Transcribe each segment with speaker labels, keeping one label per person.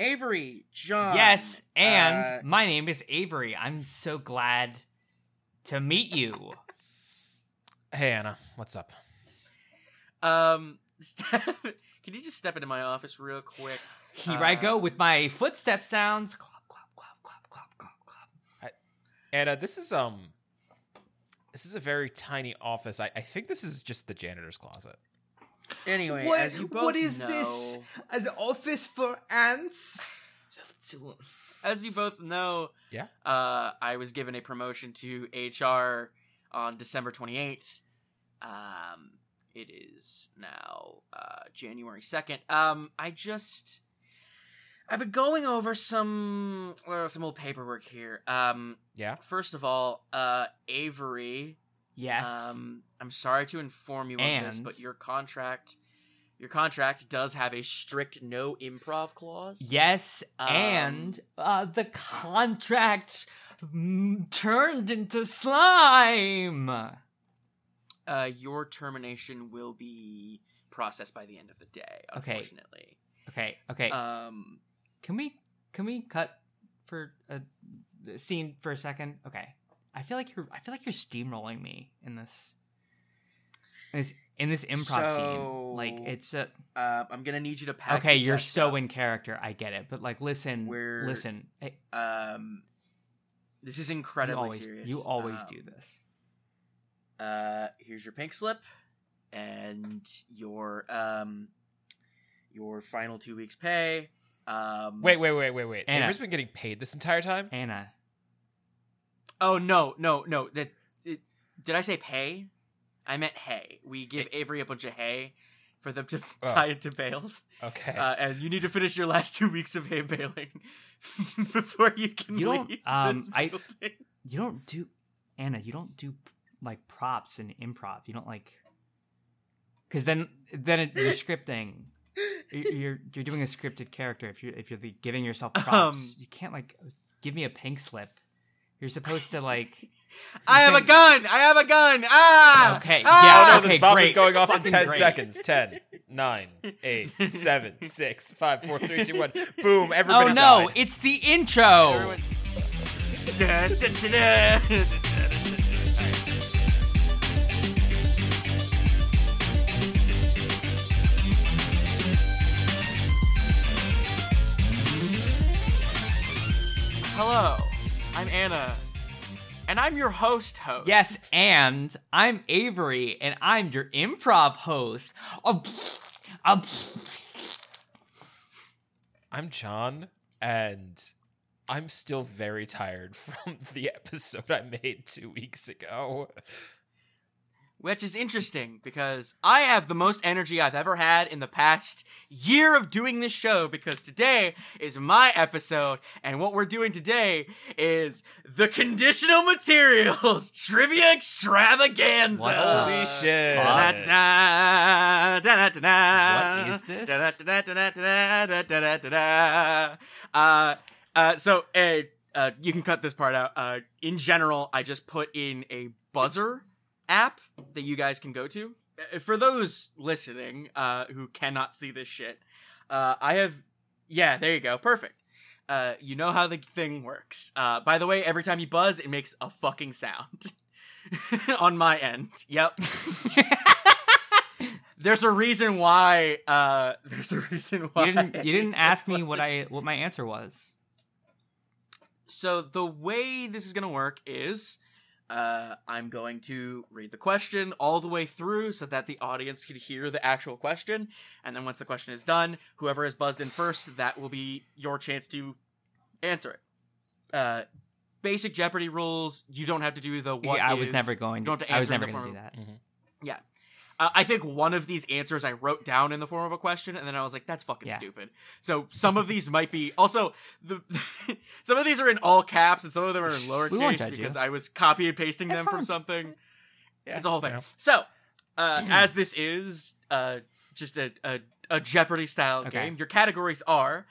Speaker 1: Avery John.
Speaker 2: yes, and
Speaker 1: uh,
Speaker 2: my name is Avery. I'm so glad to meet you.
Speaker 3: Hey Anna, what's up?
Speaker 4: Um, can you just step into my office real quick?
Speaker 2: Here I go with my footstep sounds. Clop, clop, clop, clop, clop, clop, clop.
Speaker 3: Anna, this is um, this is a very tiny office. I, I think this is just the janitor's closet.
Speaker 1: Anyway,
Speaker 2: What-
Speaker 1: as you both
Speaker 2: what is
Speaker 1: know,
Speaker 2: this? An office for ants?
Speaker 4: As you both know,
Speaker 3: Yeah.
Speaker 4: uh, I was given a promotion to HR on December 28th. Um, it is now uh, January 2nd. Um, I just I've been going over some well, some old paperwork here. Um,
Speaker 3: Yeah.
Speaker 4: first of all, uh, Avery.
Speaker 2: Yes.
Speaker 4: Um, I'm sorry to inform you of this,
Speaker 2: And-
Speaker 4: but your contract, your contract does have a strict no improv clause.
Speaker 2: yes,
Speaker 4: um,
Speaker 2: and uh, the contract mm, turned into slime.
Speaker 4: Uh, your termination will be processed by the end of the day.
Speaker 2: Okay.
Speaker 4: Unfortunately.
Speaker 2: Okay, okay.
Speaker 4: Um.
Speaker 2: can we can we cut for a the scene for a second? Okay. I feel like you're I feel like you're steamrolling me in this in this in this improv
Speaker 1: So-
Speaker 2: scene. Like it's a
Speaker 4: Uh, I'm gonna need you to pack.
Speaker 2: Okay,
Speaker 4: your
Speaker 2: you're
Speaker 4: desk
Speaker 2: so
Speaker 4: up.
Speaker 2: in character. I get it, but like, listen,
Speaker 4: We're-
Speaker 2: listen. I-
Speaker 4: Um. This is
Speaker 2: you
Speaker 4: incredibly
Speaker 2: always,
Speaker 4: serious.
Speaker 2: you always
Speaker 4: Um,
Speaker 2: do this.
Speaker 4: Uh, here's your pink slip, and your um, your final two weeks' pay. Um.
Speaker 3: Wait, wait, wait, wait, wait.
Speaker 2: Anna.
Speaker 3: Avery's been getting paid this entire time.
Speaker 2: Anna,
Speaker 4: Oh no, no, no. That it, did I say pay? I meant hay. We give Avery a bunch of hay for them to
Speaker 3: Oh.
Speaker 4: tie into bales,
Speaker 3: Okay.
Speaker 4: uh, and you need to finish your last two weeks of hay baling before you can.
Speaker 2: You don't-
Speaker 4: leave
Speaker 2: um,
Speaker 4: this
Speaker 2: I-
Speaker 4: building.
Speaker 2: you don't do Anna. You don't do like props and improv. You don't like because then then it, you're scripting. You- You're you're doing a scripted character. If you if you're like, giving yourself props,
Speaker 4: Um.
Speaker 2: you can't like give me a pink slip. You're supposed to like.
Speaker 4: I have a
Speaker 2: saying-
Speaker 4: gun. I have a gun. Ah.
Speaker 2: Okay,
Speaker 4: Ah!
Speaker 3: Oh
Speaker 2: yeah,
Speaker 3: no,
Speaker 2: okay,
Speaker 3: this bomb is
Speaker 2: great.
Speaker 3: going off in
Speaker 2: Fucking
Speaker 3: 10
Speaker 2: great.
Speaker 3: seconds. 10, 9, 8, 7, 6, 5, 4, 3, 2, 1. Boom, everybody
Speaker 2: oh no!
Speaker 3: died.
Speaker 2: It's the intro.
Speaker 4: Da, da, da, da. Hello, I'm Anna, and I'm your host. Host.
Speaker 2: Yes, and I'm Avery, and I'm your improv host. Oh, oh,
Speaker 3: I'm John, and I'm still very tired from the episode I made two weeks ago.
Speaker 4: Which is interesting because I have the most energy I've ever had in the past year of doing this show because today is my episode, and what we're doing today is the conditional materials trivia extravaganza.
Speaker 2: What the
Speaker 3: Holy shit.
Speaker 4: Da-da-da-da, Uh, da-da-da-da.
Speaker 2: What is this?
Speaker 4: Da-da-da-da-da-da-da-da-da-da. Uh, uh, so, uh, uh, you can cut this part out. Uh, in general, I just put in a buzzer app that you guys can go to. Uh, For those listening uh, who cannot see this shit, uh, I have. Yeah, there you go. Perfect. Uh, you know how the thing works. Uh, by the way, every time you buzz, it makes a fucking sound on my end. Yep. there's a reason why. Uh, there's a reason why.
Speaker 2: you didn't you didn't ask me what
Speaker 4: I.
Speaker 2: I what my answer was.
Speaker 4: So the way this is going to work is uh, I'm going to read the question all the way through so that the audience can hear the actual question. And then once the question is done, whoever is buzzed in first, that will be your chance to answer it. Uh, basic Jeopardy rules. You don't have to do the what
Speaker 2: I was
Speaker 4: is-
Speaker 2: never going.
Speaker 4: you don't have
Speaker 2: To,
Speaker 4: to
Speaker 2: I was
Speaker 4: answer in
Speaker 2: never
Speaker 4: the
Speaker 2: going to do
Speaker 4: form
Speaker 2: that.
Speaker 4: uh, I think one of these answers I wrote down in the form of a question, and then I was like, "That's fucking
Speaker 2: Yeah.
Speaker 4: stupid." So some of these might be also the some of these are in all caps, and some of them are in
Speaker 2: We won't judge
Speaker 4: lowercase
Speaker 2: you.
Speaker 4: because I was copy and pasting
Speaker 2: That's
Speaker 4: them
Speaker 2: fine.
Speaker 4: from something.
Speaker 3: Yeah,
Speaker 4: it's a whole thing.
Speaker 3: you know.
Speaker 4: So uh, as this is uh, just a, a a Jeopardy style
Speaker 2: Okay.
Speaker 4: game, your categories are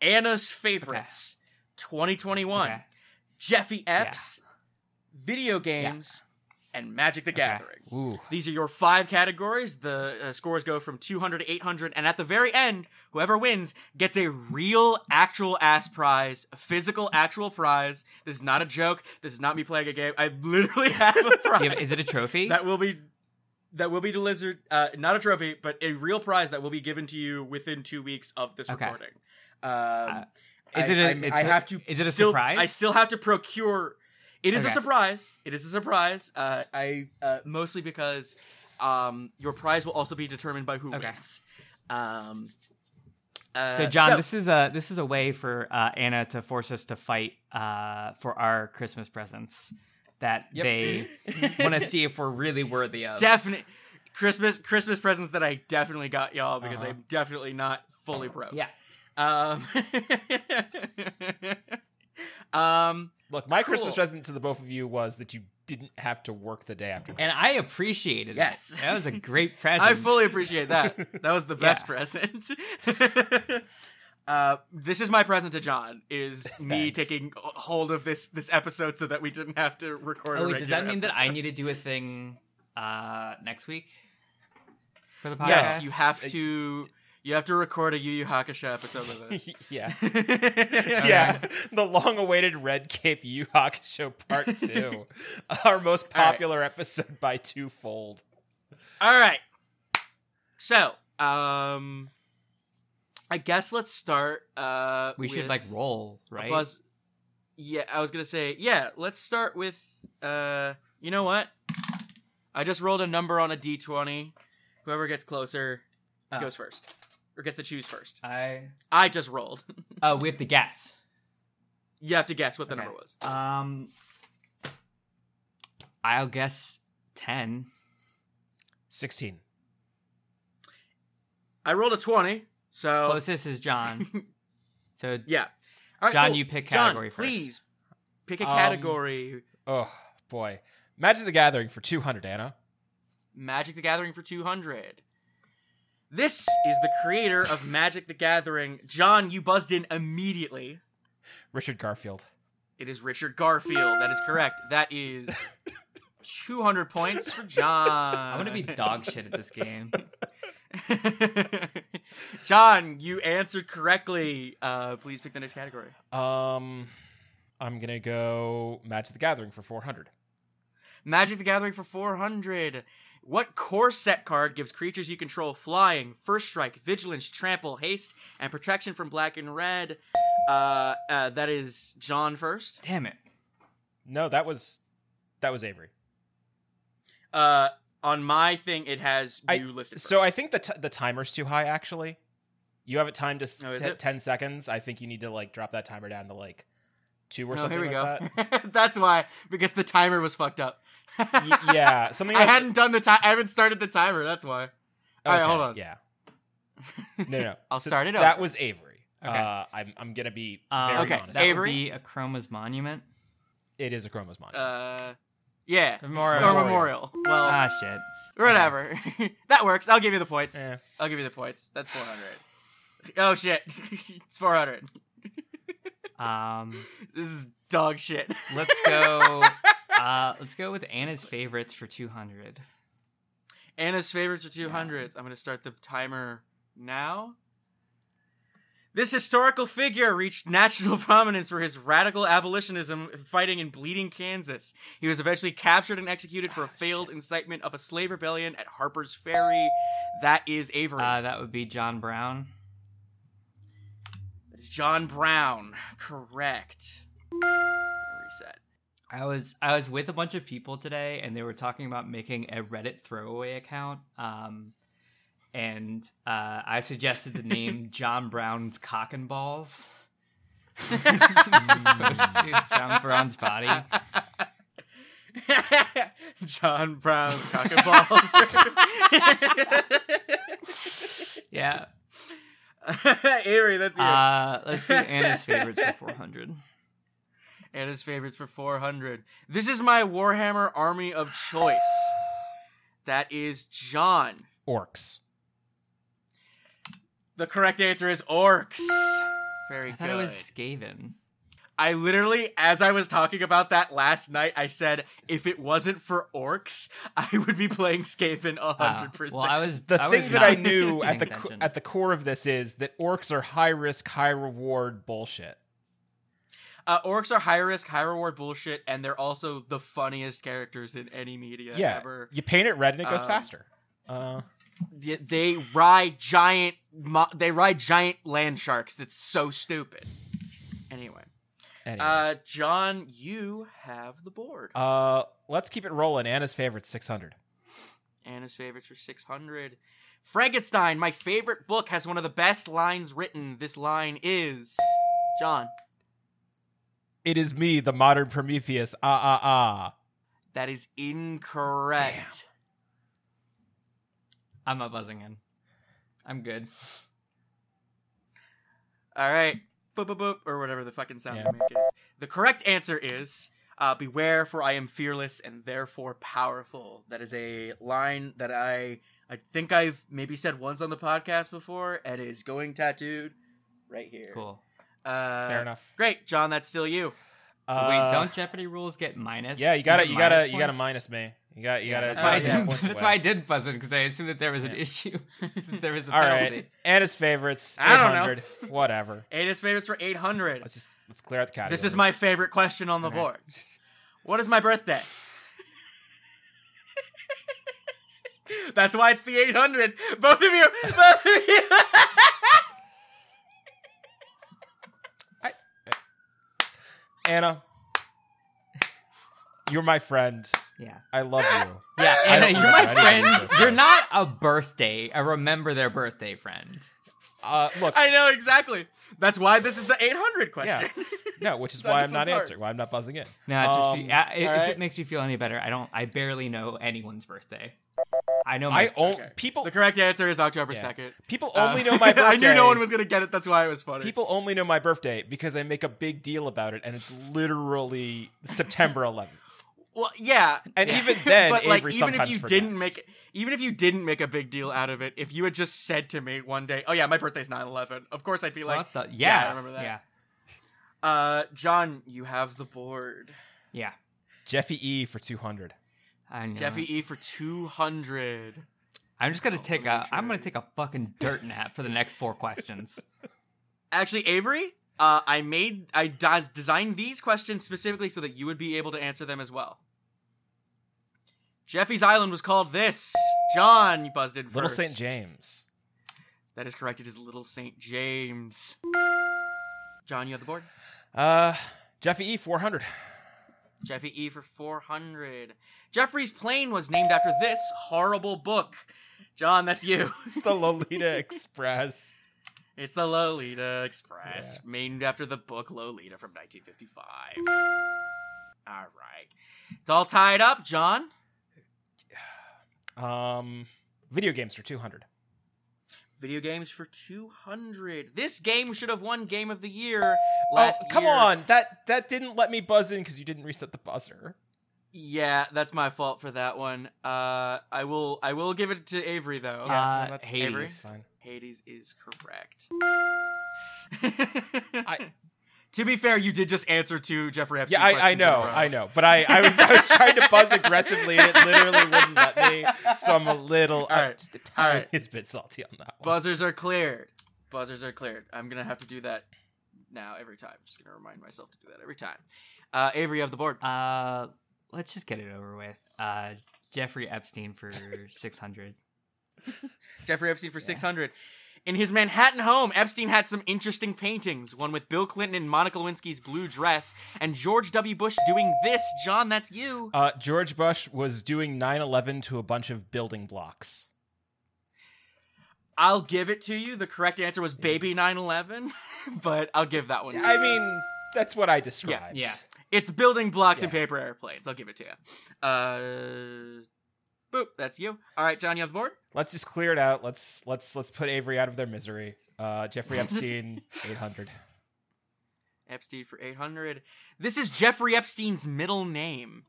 Speaker 4: Anna's favorites, 2021,
Speaker 2: Okay.
Speaker 4: Jeffy Epps, video games, and Magic the Gathering.
Speaker 3: Ooh.
Speaker 4: These are your five categories. The uh, scores go from 200 to 800, and at the very end, whoever wins gets a real, actual ass prize, a physical, actual prize. This is not a joke. This is not me playing a game. I literally have a prize.
Speaker 2: Yeah, but is it a trophy?
Speaker 4: that will be that will be delivered. Uh, not a trophy, but a real prize that will be given to you within two weeks of this
Speaker 2: Okay. Uh,
Speaker 4: recording. Um,
Speaker 2: is
Speaker 4: I-
Speaker 2: it a,
Speaker 4: I'm-
Speaker 2: it's
Speaker 4: I
Speaker 2: a-
Speaker 4: have to
Speaker 2: Is it a
Speaker 4: still,
Speaker 2: surprise?
Speaker 4: I still have to procure. It is a
Speaker 2: Okay.
Speaker 4: surprise. It is a surprise. Uh, I uh, mostly because um, your prize will also be determined by who
Speaker 2: Okay.
Speaker 4: wins. Um, uh,
Speaker 2: so John, this is a this is a way for uh, Anna to force us to fight uh, for our Christmas presents that
Speaker 3: Yep.
Speaker 2: they want to see if we're really worthy of.
Speaker 4: definite Christmas Christmas presents that I definitely got y'all because
Speaker 3: Uh-huh.
Speaker 4: I'm definitely not fully broke.
Speaker 2: Yeah.
Speaker 4: Um, um,
Speaker 3: Look, my
Speaker 4: Cool.
Speaker 3: Christmas present to the both of you was that you didn't have to work the day after.
Speaker 2: and I appreciated
Speaker 4: Yes.
Speaker 2: it. That was a great present.
Speaker 4: I fully appreciate that. That was the best
Speaker 2: Yeah.
Speaker 4: present. uh, this is my present to John. Is me
Speaker 3: Thanks.
Speaker 4: taking hold of this this episode so that we didn't have to record.
Speaker 2: Oh,
Speaker 4: a
Speaker 2: wait, does that
Speaker 4: regular
Speaker 2: mean that I
Speaker 4: episode.
Speaker 2: need to do a thing uh, next week for the podcast?
Speaker 4: Yes, you have
Speaker 3: Uh,
Speaker 4: to. You have to record a Yu Yu Hakusho episode with us.
Speaker 3: yeah.
Speaker 4: yeah.
Speaker 3: Yeah, the long-awaited Red Cape Yu Show Part Two, our most
Speaker 4: All right.
Speaker 3: popular episode by twofold.
Speaker 4: All right. So, um, I guess let's start. Uh,
Speaker 2: We should
Speaker 4: with
Speaker 2: like roll,
Speaker 4: a
Speaker 2: right?
Speaker 4: buzz- Yeah, I was gonna say. Yeah, let's start with. Uh, you know what? I just rolled a number on a d twenty. Whoever gets closer
Speaker 2: Oh.
Speaker 4: goes first, or gets to choose first.
Speaker 2: I.
Speaker 4: I just rolled.
Speaker 2: Oh, we have to guess.
Speaker 4: you have to guess what the
Speaker 2: Okay.
Speaker 4: number was.
Speaker 2: Um, I'll guess ten.
Speaker 3: Sixteen.
Speaker 4: I rolled a twenty. So
Speaker 2: Closest is John. So
Speaker 4: yeah. All right,
Speaker 2: John,
Speaker 4: cool.
Speaker 2: you pick
Speaker 4: John,
Speaker 2: category first.
Speaker 4: Please pick a
Speaker 3: Um,
Speaker 4: category.
Speaker 3: Oh boy, Magic the Gathering for two hundred, Anna.
Speaker 4: Magic the Gathering for 200. This is the creator of Magic the Gathering. John, you buzzed in immediately.
Speaker 3: Richard Garfield.
Speaker 4: It is Richard Garfield. That is correct. That is 200 points for John.
Speaker 2: I'm gonna be dog shit at this game.
Speaker 4: John, you answered correctly. Uh, please pick the next category.
Speaker 3: Um, I'm gonna go Magic the Gathering for four hundred.
Speaker 4: Magic the Gathering for 400. What core set card gives creatures you control flying, first strike, vigilance, trample, haste, and protection from black and red? Uh, uh, that is John first.
Speaker 2: Damn it!
Speaker 3: No, that was that was Avery.
Speaker 4: Uh, on my thing, it has
Speaker 3: I-
Speaker 4: you listed.
Speaker 3: So
Speaker 4: first.
Speaker 3: I think the t- the timer's too high. Actually, you have it timed to s-
Speaker 4: Oh, is
Speaker 3: t-
Speaker 4: it?
Speaker 3: ten seconds. I think you need to like drop that timer down to like two or
Speaker 4: Oh,
Speaker 3: something
Speaker 4: here we
Speaker 3: like
Speaker 4: go. That's why because the timer was fucked up.
Speaker 3: that. Y- yeah, something.
Speaker 4: I
Speaker 3: like-
Speaker 4: hadn't done the time. I haven't started the timer. That's why. All right, hold on.
Speaker 3: Yeah. No, no.
Speaker 4: I'll start it
Speaker 3: That
Speaker 4: over.
Speaker 3: was Avery.
Speaker 2: Okay.
Speaker 3: Uh, I'm I'm gonna be
Speaker 2: Um,
Speaker 3: very
Speaker 4: okay,
Speaker 3: honest.
Speaker 2: that
Speaker 4: Avery?
Speaker 2: would be a Chroma's monument.
Speaker 3: it is a Chroma's monument.
Speaker 4: Uh, yeah.
Speaker 2: Memorial.
Speaker 4: Or memorial. Well,
Speaker 2: Ah shit.
Speaker 4: whatever. that works. I'll give you the points.
Speaker 3: Eh.
Speaker 4: I'll give you the points. That's 400. Oh shit. it's 400.
Speaker 2: Um,
Speaker 4: This is dog shit.
Speaker 2: let's go. Uh, let's go with Anna's favorites for 200.
Speaker 4: Anna's favorites are 200s. I'm going to start the timer now. This historical figure reached national prominence for his radical abolitionism fighting in Bleeding, Kansas. He was eventually captured and executed
Speaker 2: Ah,
Speaker 4: for a failed incitement of a slave rebellion at Harper's Ferry. That is Avery.
Speaker 2: Uh, that would be John Brown.
Speaker 4: It's John Brown. Correct. Reset.
Speaker 2: I was I was with a bunch of people today, and they were talking about making a Reddit throwaway account. Um, and uh, I suggested the name John Brown's Cock and Balls, as opposed to John Brown's Body.
Speaker 4: John Brown's cock and balls.
Speaker 2: Yeah.
Speaker 4: Avery, that's you.
Speaker 2: Uh, let's do Anna's favorites for 400.
Speaker 4: Anna's favorites for 400. This is my Warhammer army of choice. That is John.
Speaker 3: Orcs.
Speaker 4: The correct answer is orcs. Very
Speaker 2: I
Speaker 4: good.
Speaker 2: thought it was Skaven. Uh,
Speaker 4: I literally, as I was talking about that last night, I said if it wasn't for orcs, I would be playing Skaven a
Speaker 2: Uh,
Speaker 4: hundred
Speaker 2: well, I
Speaker 4: percent.
Speaker 2: was
Speaker 3: The
Speaker 2: I was
Speaker 3: thing that I
Speaker 2: not
Speaker 3: knew
Speaker 2: paying
Speaker 3: at the co-
Speaker 2: attention.
Speaker 3: at the core of this is that orcs are high risk, high reward bullshit.
Speaker 4: Uh, orcs are high risk, high reward bullshit, and they're also the funniest characters in any media
Speaker 3: Yeah.
Speaker 4: ever.
Speaker 3: You paint it red and it goes
Speaker 4: Um,
Speaker 3: faster. Uh,
Speaker 4: Y- They ride giant, mo- they ride giant land sharks. It's so stupid. Anyway, uh,
Speaker 3: anyways.
Speaker 4: John, you have the board.
Speaker 3: Uh, let's keep it rolling. Anna's favorite six hundred.
Speaker 4: Anna's favorites for 600. Frankenstein, my favorite book, has one of the best lines written. This line is John,
Speaker 3: It is me, the modern Prometheus. Ah ah ah.
Speaker 4: that is incorrect.
Speaker 2: I'm not buzzing in. I'm good.
Speaker 4: All right. Boop, boop, boop, or whatever the fucking sound
Speaker 3: Yeah.
Speaker 4: they make is. The correct answer is uh, Beware, for I am fearless and therefore powerful. That is a line that I. I think I've maybe said once on the podcast before, and is going tattooed right here.
Speaker 2: Cool.
Speaker 4: Uh,
Speaker 3: Fair enough.
Speaker 4: Great, John. That's still you.
Speaker 3: Uh,
Speaker 2: Wait, don't Jeopardy rules get minus?
Speaker 3: Yeah, you gotta,
Speaker 2: get
Speaker 3: you gotta,
Speaker 2: minus
Speaker 3: you gotta
Speaker 2: points?
Speaker 3: minus me. You got, you
Speaker 2: Yeah,
Speaker 3: gotta.
Speaker 2: That's why I
Speaker 3: take
Speaker 2: did.
Speaker 3: points
Speaker 2: That's
Speaker 3: away.
Speaker 2: why I did buzz it because I assumed that there was an
Speaker 3: Yeah.
Speaker 2: issue. that there was a
Speaker 3: All
Speaker 2: penalty.
Speaker 3: right, Anna's favorites.
Speaker 4: I don't know.
Speaker 3: 800, Whatever.
Speaker 4: Ada's favorites for 800.
Speaker 3: Let's just let's clear out the categories.
Speaker 4: This is my favorite question on the
Speaker 3: Okay.
Speaker 4: board. What is my birthday? That's why it's the 800. Both of you, both of you.
Speaker 3: Anna. You're my friend.
Speaker 2: Yeah.
Speaker 3: I love you.
Speaker 2: Yeah,
Speaker 3: I
Speaker 2: Anna,
Speaker 3: don't
Speaker 2: you're
Speaker 3: remember
Speaker 2: my
Speaker 3: any of
Speaker 2: friend.
Speaker 3: this.
Speaker 2: You're not a birthday, a remember their birthday friend.
Speaker 3: Uh, look,
Speaker 4: I know exactly. That's why this is the 800 question.
Speaker 3: no, which is
Speaker 4: Sorry,
Speaker 3: why
Speaker 4: this
Speaker 3: I'm not
Speaker 4: one's hard.
Speaker 3: answering. Why I'm not buzzing in.
Speaker 2: No, it's
Speaker 3: Um,
Speaker 2: just, yeah, it, if
Speaker 4: alright.
Speaker 2: it makes you feel any better, I don't. I barely know anyone's birthday. I know my.
Speaker 3: I only
Speaker 4: oh Okay.
Speaker 3: people
Speaker 4: The correct answer is October
Speaker 3: Yeah.
Speaker 4: 2nd.
Speaker 3: people
Speaker 4: Uh,
Speaker 3: only know my birthday.
Speaker 4: I knew no one was going to get it. That's why it was funny.
Speaker 3: People only know my birthday because I make a big deal about it, and it's literally September 11th.
Speaker 4: Well, yeah,
Speaker 3: And
Speaker 4: Yeah.
Speaker 3: even then,
Speaker 4: but like,
Speaker 3: Avery
Speaker 4: even
Speaker 3: sometimes
Speaker 4: if you
Speaker 3: forgets.
Speaker 4: didn't make, even if you didn't make a big deal out of it, if you had just said to me one day, "Oh yeah, my birthday's 9/11," of course I'd be like,
Speaker 2: what the?
Speaker 4: yeah,
Speaker 2: Yeah,
Speaker 4: I remember that.
Speaker 2: Yeah,
Speaker 4: "Uh, John, you have the board."
Speaker 2: yeah.
Speaker 3: Jeffy E for 200.
Speaker 2: I know.
Speaker 4: Jeffy E for 200.
Speaker 2: I'm just gonna
Speaker 4: Oh,
Speaker 2: take
Speaker 4: let me
Speaker 2: a. I'm
Speaker 4: try.
Speaker 2: gonna take a fucking dirt nap for the next four questions.
Speaker 4: Actually, Avery, uh, I made I des- designed these questions specifically so that you would be able to answer them as well. Jeffy's Island was called this. John, you buzzed in first.
Speaker 3: Little St. James.
Speaker 4: That is correct. It is Little St. James. John, you have the board.
Speaker 3: Uh, Jeffy E, 400.
Speaker 4: Jeffy E for 400. Jeffrey's plane was named after this horrible book. John, that's you.
Speaker 3: It's the Lolita Express.
Speaker 4: It's the Lolita Express, named after the book Lolita from 1955. All right. It's all tied up, John.
Speaker 3: Um, video games for 200.
Speaker 4: Video games for 200. This game should have won Game of the Year
Speaker 3: Oh,
Speaker 4: last
Speaker 3: come
Speaker 4: year.
Speaker 3: on. That that didn't let me buzz in because you didn't reset the buzzer.
Speaker 4: Yeah, that's my fault for that one. Uh, I will I will give it to Avery though.
Speaker 2: Uh,
Speaker 3: no, that's,
Speaker 2: Hades.
Speaker 3: that's fine.
Speaker 4: Hades is correct.
Speaker 3: I-
Speaker 4: to be fair, you did just answer to Jeffrey Epstein.
Speaker 3: Yeah, I, I
Speaker 4: questions in a
Speaker 3: know,
Speaker 4: row.
Speaker 3: I know, but I, I was I was trying to buzz aggressively and it literally wouldn't let me, so I'm a little, I'm
Speaker 4: right,
Speaker 3: just a
Speaker 4: all
Speaker 3: tiny
Speaker 4: right.
Speaker 3: It's bit salty on that one.
Speaker 4: Buzzers are cleared. Buzzers are cleared. I'm gonna have to do that now every time. just gonna remind myself to do that every time. Uh, Avery of the board.
Speaker 2: Uh, let's just get it over with. Uh, Jeffrey Epstein for 600.
Speaker 4: Jeffrey Epstein for 600. In his Manhattan home, Epstein had some interesting paintings. One with Bill Clinton in Monica Lewinsky's blue dress, and George W. Bush doing this. John, that's you.
Speaker 3: Uh, George Bush was doing 9/11 to a bunch of building blocks.
Speaker 4: I'll give it to you. The correct answer was baby 9/11, but I'll give that one. to
Speaker 3: I
Speaker 4: you.
Speaker 3: mean, that's what I described.
Speaker 2: yeah.
Speaker 4: It's building blocks and
Speaker 3: Yeah.
Speaker 4: paper airplanes. I'll give it to you. Uh, boop. That's you. All right, John, you have the board.
Speaker 3: Let's just clear it out. Let's let's let's put Avery out of their misery. Uh, Jeffrey Epstein, 800.
Speaker 4: Epstein for 800. This is Jeffrey Epstein's middle name.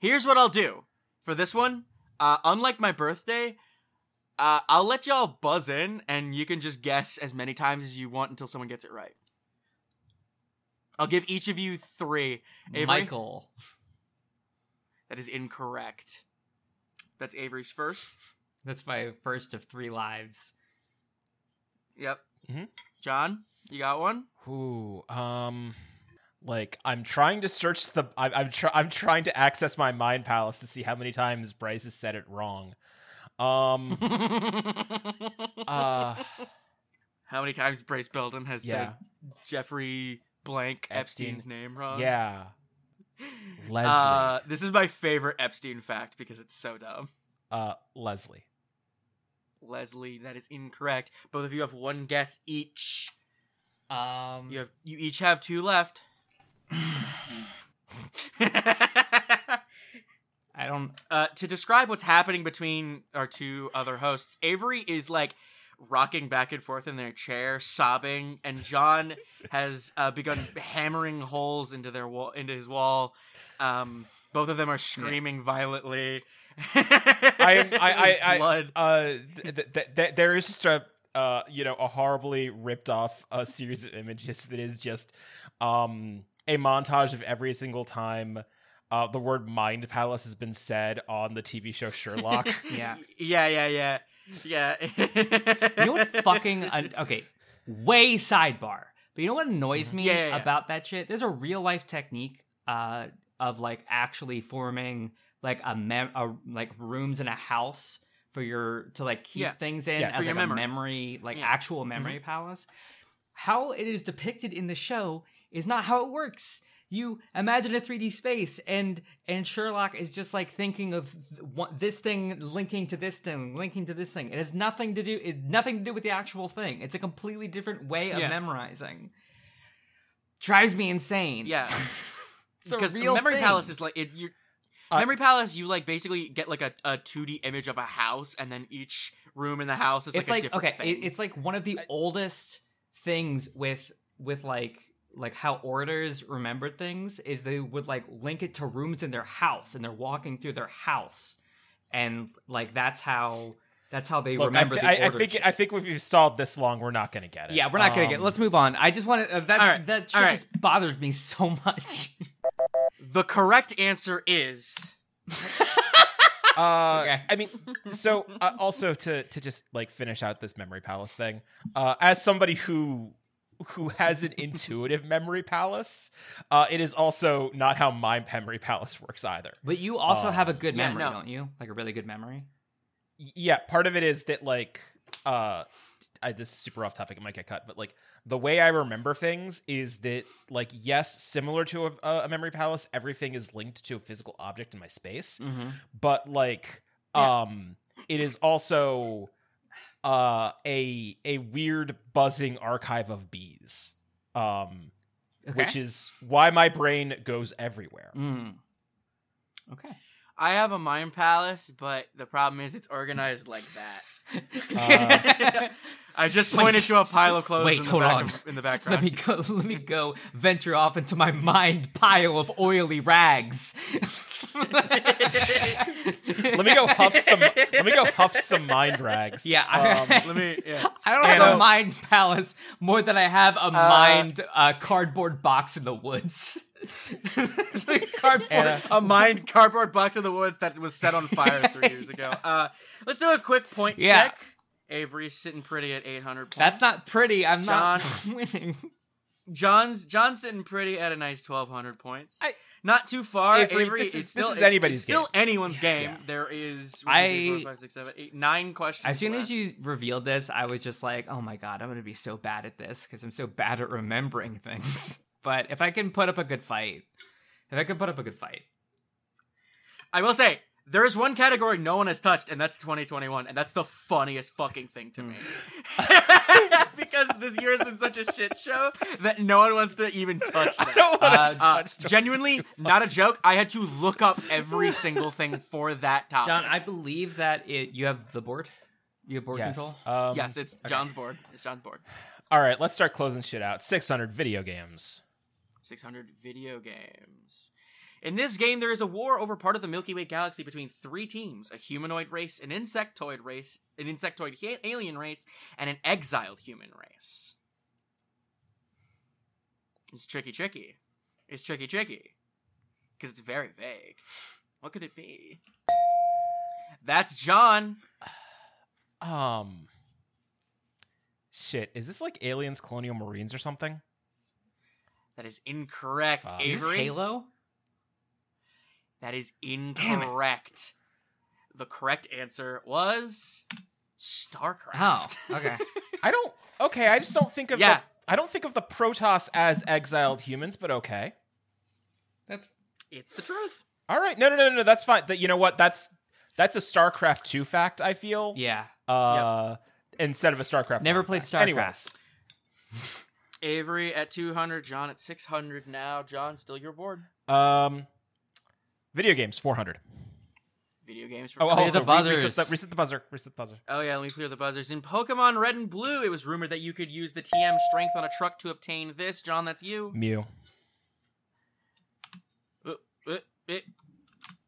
Speaker 4: Here's what I'll do for this one. Uh, unlike my birthday, uh, I'll let y'all buzz in and you can just guess as many times as you want until someone gets it right. I'll give each of you three. Avery?
Speaker 2: Michael.
Speaker 4: That is incorrect. That's Avery's first.
Speaker 2: That's my first of three lives.
Speaker 4: Yep.
Speaker 3: Mhm.
Speaker 4: John, you got one?
Speaker 3: Ooh, um, like I'm trying to search the. I, I'm try, I'm trying to access my mind palace to see how many times Bryce has said it wrong. Um, uh,
Speaker 4: How many times Brace Belden has
Speaker 3: yeah,
Speaker 4: said Jeffrey blank
Speaker 3: Epstein.
Speaker 4: Epstein's name wrong?
Speaker 3: yeah, Leslie, uh,
Speaker 4: Uh, this is my favorite Epstein fact because it's so dumb.
Speaker 3: Uh, Leslie.
Speaker 4: Leslie, that is incorrect. Both of you have one guess each.
Speaker 2: um,
Speaker 4: You have you each have two left.
Speaker 2: I don't.
Speaker 4: uh, to describe what's happening between our two other hosts, Avery is like rocking back and forth in their chair, sobbing, and John has uh, begun hammering holes into their wall, into his wall. Um, both of them are screaming violently. I
Speaker 3: am- I- I- I-
Speaker 4: blood.
Speaker 3: Uh, th- th- th- th- there is just a uh, you know, a horribly ripped off uh, series of images that is just um a montage of every single time. Uh, the word mind palace has been said on the TV show Sherlock.
Speaker 2: Yeah.
Speaker 4: yeah, yeah, yeah, yeah.
Speaker 2: You know what? Fucking an- okay. Way sidebar. But you know what annoys me
Speaker 4: Mm-hmm. Yeah, yeah, yeah.
Speaker 2: about that shit? There's a real life technique uh, of like actually forming like a, mem- a like rooms in a house for your to like keep
Speaker 4: Yeah.
Speaker 2: things in as
Speaker 3: Yes. For
Speaker 2: like
Speaker 4: your
Speaker 2: a
Speaker 4: memory.
Speaker 2: memory, like
Speaker 4: Yeah. Mm-hmm.
Speaker 2: actual memory palace. How it is depicted in the show is not how it works. You imagine a 3D space, and and Sherlock is just like thinking of th- one- this thing linking to this thing, linking to this thing. It has nothing to do. It nothing to do with the actual thing. It's a completely different way of
Speaker 4: Yeah.
Speaker 2: memorizing. Drives me insane.
Speaker 4: Yeah.
Speaker 2: It's a
Speaker 4: because
Speaker 2: real
Speaker 4: memory
Speaker 2: thing.
Speaker 4: palace is like it, you
Speaker 3: Uh,
Speaker 4: memory palace you like basically get like a, a 2d image of a house and then each room in the house is
Speaker 2: it's
Speaker 4: like,
Speaker 2: like,
Speaker 4: a different
Speaker 2: okay,
Speaker 4: thing.
Speaker 2: it, it's like one of the oldest things with with like like how orators remember things is they would like link it to rooms in their house and they're walking through their house and like that's how that's how they
Speaker 3: Look, I,
Speaker 2: remember
Speaker 3: thi-
Speaker 2: the
Speaker 3: I, I
Speaker 2: order
Speaker 3: think
Speaker 2: shit.
Speaker 3: I think if we've stalled this long, we're not going to get it.
Speaker 2: yeah we're not gonna get
Speaker 3: Um,
Speaker 2: let's move on i just want to uh, that
Speaker 4: all right,
Speaker 2: that shit
Speaker 4: all right.
Speaker 2: just bothers me so much
Speaker 4: the correct answer is
Speaker 3: Uh,
Speaker 2: Okay.
Speaker 3: I mean, so uh, also to to just like finish out this memory palace thing, uh, as somebody who who has an intuitive memory palace, uh, it is also not how my memory palace works either.
Speaker 2: but you also
Speaker 3: Um,
Speaker 2: have a good
Speaker 4: yeah,
Speaker 2: memory
Speaker 4: no.
Speaker 2: don't you like a really good memory
Speaker 3: Y- yeah, part of it is that like uh, I, this is super off topic. It might get cut, but like the way I remember things is that like yes, similar to a, a memory palace, everything is linked to a physical object in my space.
Speaker 2: mm-hmm.
Speaker 3: but like um it is also uh a a weird buzzing archive of bees um
Speaker 2: okay
Speaker 3: which is why my brain goes everywhere
Speaker 2: mm. okay
Speaker 4: i have a mind palace but the problem is it's organized like that
Speaker 2: Uh,
Speaker 4: i just
Speaker 2: Wait.
Speaker 4: pointed to a pile of clothes
Speaker 2: Wait,
Speaker 4: in, the
Speaker 2: hold
Speaker 4: back
Speaker 2: on.
Speaker 4: Of, in the
Speaker 2: Let
Speaker 4: background
Speaker 2: me go. Let me go. Venture off into my mind pile of oily rags.
Speaker 3: let me go huff some let me go huff some mind rags
Speaker 2: Yeah,
Speaker 3: um,
Speaker 2: I,
Speaker 4: let me yeah
Speaker 2: I don't
Speaker 3: you
Speaker 2: have a
Speaker 3: know-
Speaker 2: mind palace more than I have a mind uh, cardboard box in the woods. cardboard. Oh,
Speaker 3: Anna.
Speaker 4: a mind cardboard box in the woods that was set on fire three years ago. Uh, let's do a quick point
Speaker 2: Yeah.
Speaker 4: check. Avery's sitting pretty at 800 points.
Speaker 2: That's not pretty. I'm
Speaker 4: John.
Speaker 2: not winning.
Speaker 4: John's John's sitting pretty at a nice 1200 points.
Speaker 3: I-
Speaker 4: not too far.
Speaker 3: Avery,
Speaker 4: Avery, it's
Speaker 3: this is- this
Speaker 4: still,
Speaker 3: is
Speaker 4: it-
Speaker 3: anybody's
Speaker 4: it's still
Speaker 3: game.
Speaker 4: anyone's game.
Speaker 3: Yeah.
Speaker 4: There is
Speaker 2: I-
Speaker 4: one, two, three, four, five, six, seven, eight, nine questions.
Speaker 2: As soon
Speaker 4: left.
Speaker 2: as you revealed this, I was just like, "Oh my god, I'm gonna be so bad at this because I'm so bad at remembering things." but if I can put up a good fight, if I can put up a good fight,
Speaker 4: I will say there is one category no one has touched, and that's 2021, and that's the funniest fucking thing to me.
Speaker 2: Mm.
Speaker 4: because this year has been such a shit show that no one wants to even touch that.
Speaker 3: I don't wanna
Speaker 2: Uh,
Speaker 4: Uh,
Speaker 3: touch
Speaker 4: genuinely, not a joke. I had to look up every single thing for that topic.
Speaker 2: John, I believe that it, you have the board. You have board
Speaker 3: yes
Speaker 2: control.
Speaker 3: um,
Speaker 4: yes, it's John's board. It's John's board.
Speaker 3: all right let's start closing shit out 600 video games
Speaker 4: 600 video games. In this game, there is a war over part of the Milky Way galaxy between three teams: a humanoid race, an insectoid race, an insectoid ha- alien race, and an exiled human race. It's tricky, tricky. It's tricky, tricky. Because it's very vague. What could it be? That's John.
Speaker 3: Um, shit, is this like Aliens, Colonial Marines, or something?
Speaker 4: That is incorrect,
Speaker 3: Fuck.
Speaker 2: Is this
Speaker 4: Avery.
Speaker 2: Halo?
Speaker 4: That is
Speaker 2: it.
Speaker 4: incorrect. The correct answer was
Speaker 2: Oh,
Speaker 4: StarCraft.
Speaker 2: okay.
Speaker 3: I don't. Okay, I just don't think of.
Speaker 4: Yeah.
Speaker 3: The, I don't think of the Protoss as exiled humans, but okay.
Speaker 2: That's
Speaker 4: it's the truth.
Speaker 3: All right. No, no, no, no. That's fine. That you know what? That's that's a StarCraft two fact. I feel.
Speaker 2: yeah.
Speaker 3: Uh, instead of a StarCraft.
Speaker 2: Never
Speaker 3: one
Speaker 2: played
Speaker 3: fact.
Speaker 2: StarCraft.
Speaker 3: Anyways,
Speaker 4: Avery at 200, John at 600 now. John, still your board.
Speaker 3: um, video games four hundred.
Speaker 4: Video games for
Speaker 3: Oh,
Speaker 2: Clear the
Speaker 3: also re- reset,
Speaker 2: buzzers.
Speaker 3: the, reset the buzzer. Reset the buzzer.
Speaker 4: Oh yeah, let me clear the buzzers. In Pokemon Red and Blue, it was rumored that you could use the TM strength on a truck to obtain this. John, that's you.
Speaker 3: Mew.
Speaker 4: Uh, uh, uh,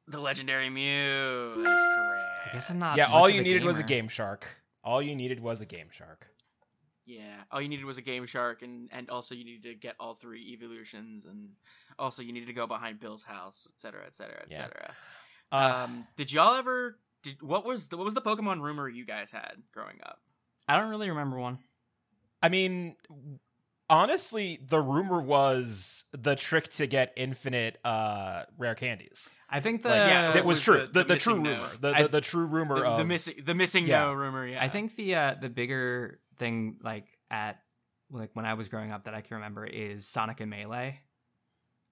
Speaker 4: The legendary Mew. That is
Speaker 2: I
Speaker 4: correct.
Speaker 2: guess I'm not.
Speaker 3: yeah.
Speaker 2: much
Speaker 3: All
Speaker 2: of
Speaker 3: you needed was a
Speaker 2: gamer.
Speaker 3: Game Shark. All you needed was a Game Shark.
Speaker 4: Yeah. All you needed was a Game Shark, and and also you needed to get all three evolutions, and also you needed to go behind Bill's house, etc., etc.,
Speaker 3: Yeah.
Speaker 4: etc.
Speaker 3: Uh,
Speaker 4: Um, did y'all ever? Did what was the what was the Pokemon rumor you guys had growing up?
Speaker 2: I don't really remember one.
Speaker 3: I mean, honestly, the rumor was the trick to get infinite uh rare candies.
Speaker 2: I think the
Speaker 3: Like,
Speaker 4: yeah, Uh,
Speaker 3: that was,
Speaker 4: was the-
Speaker 3: true. The, the,
Speaker 4: the
Speaker 3: true
Speaker 4: missing
Speaker 3: rumor.
Speaker 4: no.
Speaker 3: The, the,
Speaker 2: I-
Speaker 3: the true rumor
Speaker 4: The,
Speaker 3: of
Speaker 4: the missing the missing
Speaker 3: yeah.
Speaker 4: no rumor. Yeah,
Speaker 2: um, I think the uh, the bigger thing like at like when I was growing up that I can remember is Sonic and Melee.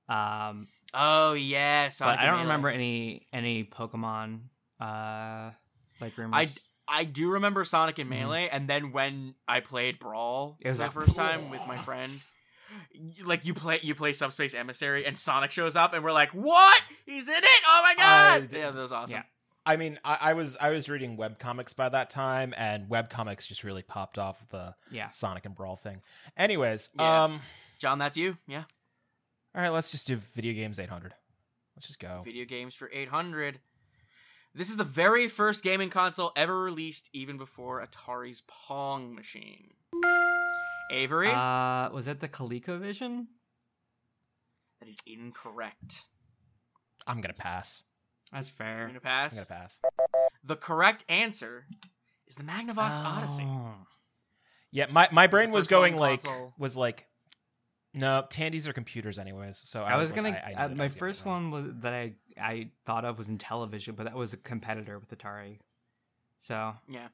Speaker 2: Um,
Speaker 4: Oh yeah, Sonic
Speaker 2: but I
Speaker 4: and
Speaker 2: don't
Speaker 4: Melee.
Speaker 2: remember any any Pokemon uh like rumors.
Speaker 4: I I do remember Sonic and
Speaker 2: Mhm.
Speaker 4: Melee, and then when I played Brawl
Speaker 2: It was
Speaker 4: that
Speaker 2: like,
Speaker 4: first time with my friend, y- like you play you play Subspace Emissary, and Sonic shows up, and we're like, "What? He's in it! Oh my
Speaker 3: I
Speaker 4: god!"
Speaker 3: d-
Speaker 4: yeah, that was awesome.
Speaker 2: Yeah.
Speaker 3: I mean, I, I was I was reading webcomics by that time, and webcomics just really popped off the
Speaker 2: yeah.
Speaker 3: Sonic and Brawl thing. Anyways,
Speaker 4: Yeah.
Speaker 3: um,
Speaker 4: John, that's you. Yeah,
Speaker 3: all right, let's just do video games 800. Let's just
Speaker 2: Oh.
Speaker 3: go.
Speaker 4: video games for eight hundred. This is the very first gaming console ever released, even before Atari's Pong machine. Avery,
Speaker 2: Uh, was that the ColecoVision?
Speaker 4: that is incorrect.
Speaker 3: I'm gonna pass.
Speaker 2: That's
Speaker 4: You're
Speaker 2: fair.
Speaker 4: gonna
Speaker 3: I'm gonna
Speaker 4: pass.
Speaker 3: pass.
Speaker 4: The correct answer is the Magnavox Odyssey.
Speaker 2: Oh.
Speaker 3: Yeah, my, my brain
Speaker 4: the
Speaker 3: was
Speaker 4: first one
Speaker 3: going
Speaker 4: on
Speaker 3: like
Speaker 4: console.
Speaker 3: was like, no, tandies are computers anyways. So I,
Speaker 2: I was
Speaker 3: like,
Speaker 2: gonna.
Speaker 3: I- I knew
Speaker 2: uh,
Speaker 3: that I
Speaker 2: my
Speaker 3: was gonna
Speaker 2: first
Speaker 3: get it wrong.
Speaker 2: one was that I I thought of was in television, but that was a competitor with Atari. So
Speaker 4: Yeah.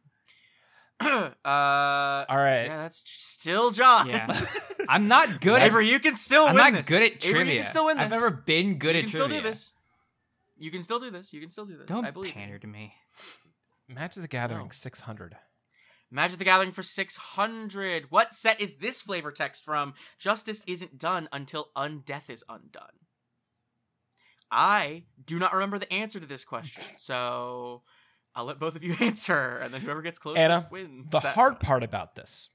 Speaker 4: uh, yeah,
Speaker 3: All right.
Speaker 4: that's still John.
Speaker 2: yeah, I'm not good. at,
Speaker 4: Avery, you can still
Speaker 2: I'm
Speaker 4: win
Speaker 2: not
Speaker 4: this.
Speaker 2: good at
Speaker 4: Avery, you
Speaker 2: trivia.
Speaker 4: can still win
Speaker 2: I've
Speaker 4: this.
Speaker 2: never been good
Speaker 4: you
Speaker 2: at
Speaker 4: can
Speaker 2: trivia.
Speaker 4: still do this. You can still do this. You can still do this.
Speaker 2: Don't
Speaker 4: I believe. in you.
Speaker 2: pander to me.
Speaker 3: Match of the Gathering
Speaker 4: No.
Speaker 3: 600.
Speaker 4: Magic the Gathering for 600. What set is this flavor text from? Justice isn't done until undeath is undone. I do not remember the answer to this question, so I'll let both of you answer, and then whoever gets closest
Speaker 3: Anna,
Speaker 4: wins.
Speaker 3: The
Speaker 4: that uh,
Speaker 3: hard
Speaker 4: one.
Speaker 3: part about this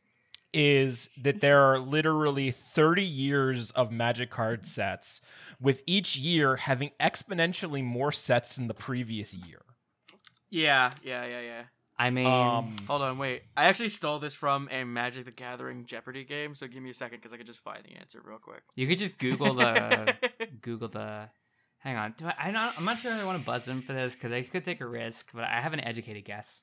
Speaker 3: is that there are literally 30 years of magic card sets, with each year having exponentially more sets than the previous year.
Speaker 4: Yeah, yeah, yeah, yeah.
Speaker 2: I mean,
Speaker 3: Um,
Speaker 4: Hold on, wait. I actually stole this from a Magic the Gathering Jeopardy game, so give me a second because I could just find the answer real quick.
Speaker 2: you could just Google the Google the. Hang on, do I? I'm not, I'm not sure if I want to buzz in for this because I could take a risk, but I have an educated guess.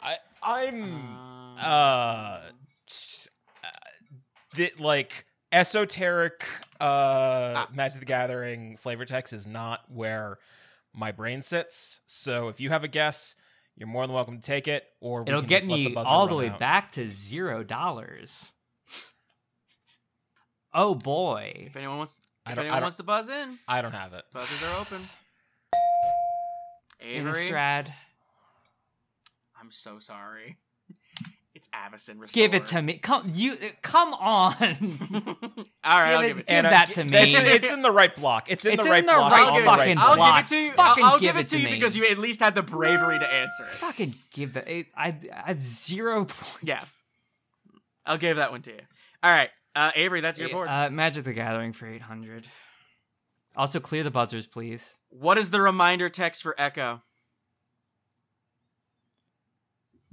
Speaker 3: I, I'm.
Speaker 4: Um,
Speaker 3: Uh, t- uh, that, like, esoteric uh,
Speaker 2: Ah.
Speaker 3: Magic the Gathering flavor text is not where my brain sits. So if you have a guess, you're more than welcome to take it, or we
Speaker 2: It'll
Speaker 3: can
Speaker 2: get
Speaker 3: just let the
Speaker 2: me
Speaker 3: buzzer
Speaker 2: all the
Speaker 3: run
Speaker 2: way
Speaker 3: out.
Speaker 2: back to zero dollars. Oh boy.
Speaker 4: if anyone wants,
Speaker 3: I
Speaker 4: if
Speaker 3: don't- I
Speaker 4: anyone
Speaker 3: don't-
Speaker 4: wants to buzz in,
Speaker 3: I don't have it.
Speaker 4: buzzers are open. Avery,
Speaker 2: Innistrad.
Speaker 4: I'm so sorry. It's Avison. Restored.
Speaker 2: Give it to me. Come you uh, come on.
Speaker 4: All right, I'll
Speaker 2: Give it-
Speaker 4: give it. to
Speaker 2: give
Speaker 4: you.
Speaker 3: Anna,
Speaker 2: that
Speaker 3: g-
Speaker 2: to
Speaker 3: It's,
Speaker 4: me.
Speaker 3: it's in the right block. It's in
Speaker 2: It's
Speaker 3: the
Speaker 2: in
Speaker 3: right
Speaker 2: the
Speaker 3: block.
Speaker 2: right
Speaker 3: on the
Speaker 4: I'll give
Speaker 2: fucking
Speaker 4: it. I'll
Speaker 2: block.
Speaker 4: give it to you.
Speaker 2: Fucking
Speaker 4: I'll
Speaker 2: give
Speaker 4: give
Speaker 2: it
Speaker 4: it to
Speaker 2: to
Speaker 4: you
Speaker 2: me.
Speaker 4: because you at least had the bravery to answer it.
Speaker 2: Fucking give it. it I I have zero points.
Speaker 4: Yeah. I'll give that one to you. All right, uh, Avery, that's your board.
Speaker 2: Uh, Magic the Gathering for 800. Also clear the buzzers please.
Speaker 4: what is the reminder text for Echo?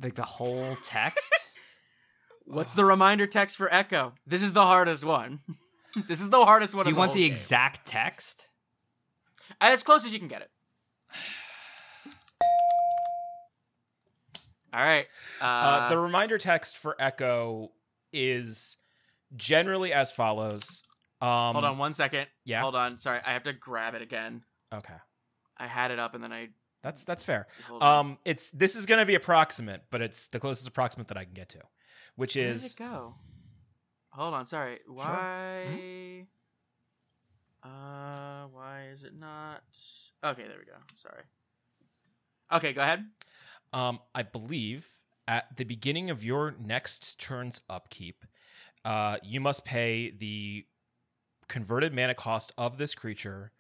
Speaker 2: Like the whole text.
Speaker 4: What's the reminder text for Echo? This is the hardest one. this is the hardest one.
Speaker 2: Do
Speaker 4: of
Speaker 2: you want
Speaker 4: whole
Speaker 2: the
Speaker 4: game.
Speaker 2: exact text?
Speaker 4: as close as you can get it. All right. Uh,
Speaker 3: Uh, the reminder text for Echo is generally as follows. Um,
Speaker 4: hold on one second.
Speaker 3: Yeah.
Speaker 4: Hold on. Sorry, I have to grab it again.
Speaker 3: Okay.
Speaker 4: I had it up and then I.
Speaker 3: That's that's fair.
Speaker 4: Hold on.
Speaker 3: Um, it's this is going to be approximate, but it's the closest approximate that I can get to, which
Speaker 4: Where did
Speaker 3: is
Speaker 4: it go? Hold on. Sorry. Why?
Speaker 3: Mm-hmm.
Speaker 4: Uh, why is it not? Okay, there we go. Sorry. Okay, go ahead.
Speaker 3: Um, I believe at the beginning of your next turn's upkeep, uh, you must pay the converted mana cost of this creature,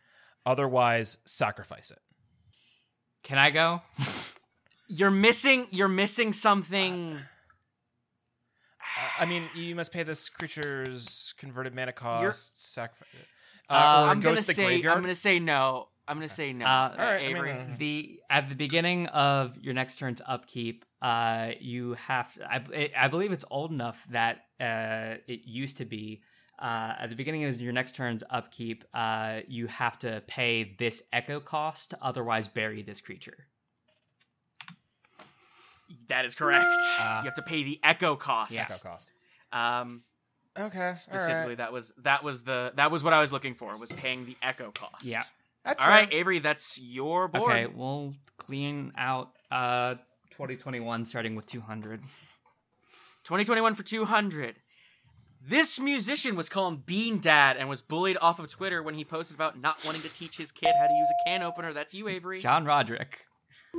Speaker 3: otherwise sacrifice it.
Speaker 2: Can I go?
Speaker 4: You're missing. You're missing something.
Speaker 3: Uh, I mean, you must pay this creature's converted mana cost, sacrifice it. Uh,
Speaker 2: Uh,
Speaker 3: or
Speaker 4: I'm gonna
Speaker 3: it goes to the
Speaker 4: say.
Speaker 3: graveyard.
Speaker 4: I'm gonna say no. I'm gonna say no.
Speaker 2: Uh,
Speaker 4: Uh,
Speaker 3: All right, I mean,
Speaker 4: Avery.
Speaker 3: uh,
Speaker 2: the at the beginning of your next turn's upkeep uh you have i, it, I believe it's old enough that uh it used to be uh, at the beginning of your next turn's upkeep, uh, you have to pay this echo cost, otherwise bury this creature.
Speaker 4: That is correct.
Speaker 3: Ah.
Speaker 2: Uh,
Speaker 4: you have to pay the echo cost.
Speaker 3: Echo cost.
Speaker 4: Um,
Speaker 3: Okay. all right.
Speaker 4: specifically, that was that was the that was what I was looking for was paying the echo cost.
Speaker 2: Yeah.
Speaker 3: That's
Speaker 4: All
Speaker 3: fair.
Speaker 4: right, Avery, that's your board.
Speaker 2: Okay, we'll clean out uh 2021 starting with 200.
Speaker 4: 2021 for 200. This musician was called Bean Dad and was bullied off of Twitter when he posted about not wanting to teach his kid how to use a can opener. That's you, Avery.
Speaker 2: John Roderick.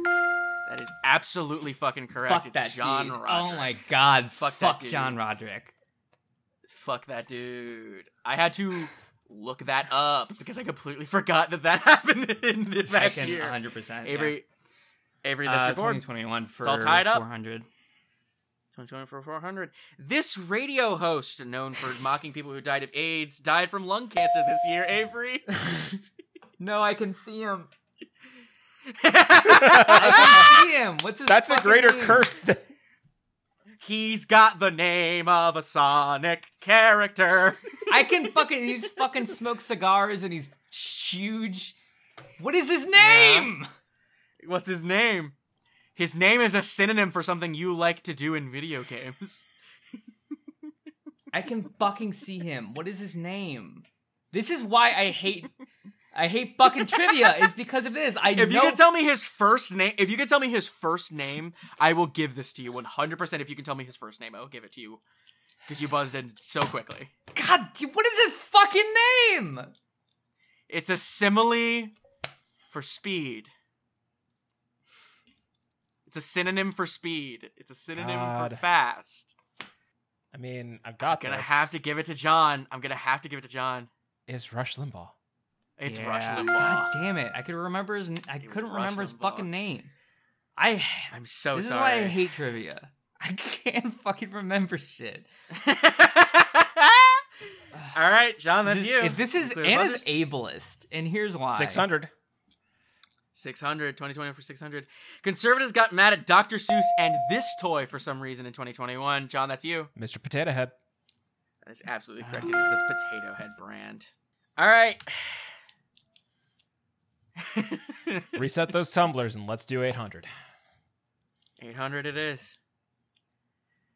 Speaker 4: That is absolutely fucking correct.
Speaker 2: Fuck
Speaker 4: it's
Speaker 2: that
Speaker 4: John
Speaker 2: dude.
Speaker 4: Roderick.
Speaker 2: Oh my god,
Speaker 4: Fuck
Speaker 2: fuck,
Speaker 4: that dude.
Speaker 2: John Roderick.
Speaker 4: Fuck that dude. I had to look that up because I completely forgot that that happened in this
Speaker 2: I
Speaker 4: last
Speaker 2: can
Speaker 4: year.
Speaker 2: 100%. yeah.
Speaker 4: Avery, Avery, that's
Speaker 2: Uh,
Speaker 4: your board.
Speaker 2: 2021 for
Speaker 4: all tied up.
Speaker 2: 400.
Speaker 4: 2020 for 400. This radio host, known for mocking people who died of AIDS, died from lung cancer this year. Avery,
Speaker 2: No, I can see him.
Speaker 3: I
Speaker 4: Ah!
Speaker 2: see him. What's his?
Speaker 3: That's a greater curse than.
Speaker 4: he's got the name of a Sonic character.
Speaker 2: I can fucking. He's fucking smokes cigars and he's huge. What is his
Speaker 4: name? What's his name? His name is a synonym for something you like to do in video games.
Speaker 2: I can fucking see him. What is his name? This is why I hate. I hate fucking trivia. Is because of this. I
Speaker 4: If you
Speaker 2: know.
Speaker 4: could tell me his first name, if you could tell me his first name, I will give this to you 100%. If you can tell me his first name, I will give it to you because you buzzed in so quickly.
Speaker 2: God, dude, what is his fucking name?
Speaker 4: It's a simile for speed. It's a synonym for speed. It's a synonym for
Speaker 3: God.
Speaker 4: fast.
Speaker 3: I mean, I've got
Speaker 4: Gonna
Speaker 3: this.
Speaker 4: have to give it to John. I'm gonna have to give it to John.
Speaker 3: Is Rush Limbaugh?
Speaker 4: It's
Speaker 2: Yeah.
Speaker 4: Rush
Speaker 2: God
Speaker 4: Limbaugh.
Speaker 2: damn it! I could remember his. n- I
Speaker 4: It was
Speaker 2: couldn't
Speaker 4: Rush
Speaker 2: remember his
Speaker 4: Limbaugh.
Speaker 2: fucking name. I.
Speaker 4: I'm so
Speaker 2: this is why I
Speaker 4: Oh, sorry.
Speaker 2: hate trivia. I can't fucking remember shit.
Speaker 4: All right, John, Oh, that's
Speaker 2: this,
Speaker 4: you.
Speaker 2: This is
Speaker 4: Clear
Speaker 2: Anna's
Speaker 4: buzzers.
Speaker 2: ableist, and here's why.
Speaker 3: Six hundred.
Speaker 4: 600 2020 for 600. Conservatives got mad at Dr. Seuss and this toy for some reason in 2021. John, that's you.
Speaker 3: Mr. Potato Head.
Speaker 4: That is absolutely correct. It is the Potato Head brand. All right.
Speaker 3: Reset those tumblers and let's do eight hundred.
Speaker 4: 800 it is.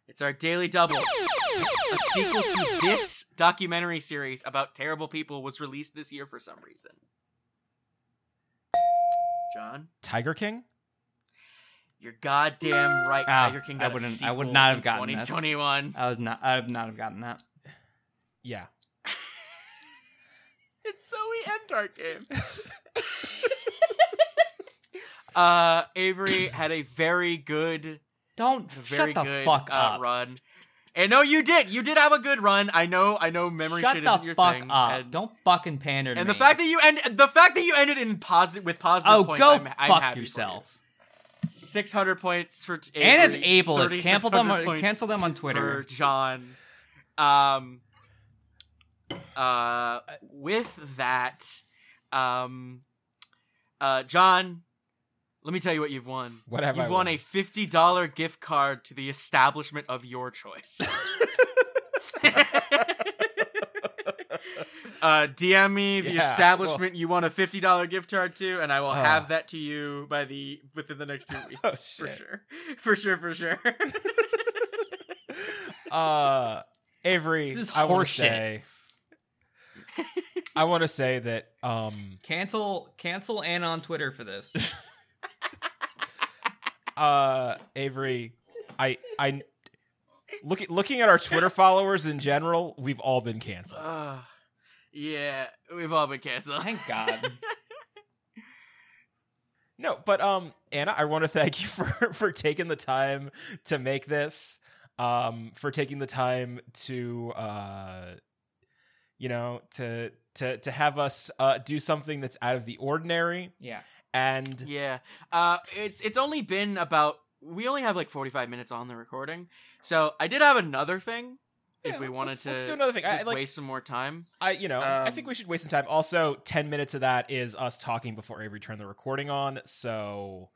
Speaker 4: It's our daily double. A sequel to this documentary series about terrible people was released this year for some reason. John,
Speaker 3: Tiger King.
Speaker 4: you're goddamn right.
Speaker 2: Ah,
Speaker 4: Tiger King
Speaker 2: I
Speaker 4: got a
Speaker 2: wouldn't- I
Speaker 4: sequel
Speaker 2: would not have
Speaker 4: in
Speaker 2: gotten this.
Speaker 4: 2021.
Speaker 2: I was not. I would not have gotten that.
Speaker 3: Yeah.
Speaker 4: It's so we end our game. uh, Avery had a very good,
Speaker 2: Don't
Speaker 4: very
Speaker 2: shut the
Speaker 4: good
Speaker 2: fuck
Speaker 4: uh,
Speaker 2: up.
Speaker 4: run. And no, you did. You did have a good run. I know. I know. Memory
Speaker 2: shut
Speaker 4: shit
Speaker 2: the
Speaker 4: isn't your
Speaker 2: fuck
Speaker 4: thing.
Speaker 2: up.
Speaker 4: And,
Speaker 2: Don't fucking pander to
Speaker 4: and
Speaker 2: me.
Speaker 4: the fact that you end, the fact that you ended in positive with positive
Speaker 2: oh,
Speaker 4: points.
Speaker 2: go
Speaker 4: I'm, I'm
Speaker 2: fuck
Speaker 4: happy for you.
Speaker 2: yourself.
Speaker 4: 600 points for Avery,
Speaker 2: Anna's ableist.
Speaker 4: 3600
Speaker 2: Cancel them. On,
Speaker 4: points
Speaker 2: cancel them on
Speaker 4: for
Speaker 2: Twitter.
Speaker 4: John. Um, uh, with that, um, uh, John, Let me tell you what you've won.
Speaker 3: What have
Speaker 4: you've
Speaker 3: I
Speaker 4: won
Speaker 3: won?
Speaker 4: a fifty dollar gift card to the establishment of your choice. uh, DM me the
Speaker 3: Yeah,
Speaker 4: establishment you want a fifty dollar gift card to, and I will
Speaker 3: Ah.
Speaker 4: have that to you by the within the next two weeks for
Speaker 3: Oh, shit.
Speaker 4: sure, for sure, for sure.
Speaker 3: uh Avery,
Speaker 2: This is
Speaker 3: I want to
Speaker 2: horseshit.
Speaker 3: say I want to say that um
Speaker 2: Cancel, cancel Anna on Twitter for this.
Speaker 3: uh Avery, I I look at, looking at our Twitter followers in general, we've all been canceled.
Speaker 4: uh, yeah, we've all been canceled.
Speaker 2: Thank God.
Speaker 3: No, but um Anna, I want to thank you for for taking the time to make this um for taking the time to uh you know to to to have us uh do something that's out of the ordinary
Speaker 2: Yeah.
Speaker 3: and
Speaker 4: Yeah. Uh it's it's only been about we only have like 45 minutes on the recording. So I did have another thing if
Speaker 3: Yeah,
Speaker 4: we
Speaker 3: let's-
Speaker 4: wanted
Speaker 3: let's,
Speaker 4: to
Speaker 3: let's do another thing. I,
Speaker 4: just
Speaker 3: I like
Speaker 4: waste some more time.
Speaker 3: I you know I
Speaker 4: um,
Speaker 3: think we should waste some time. Also, ten minutes of that is us talking before Avery turned the recording on, so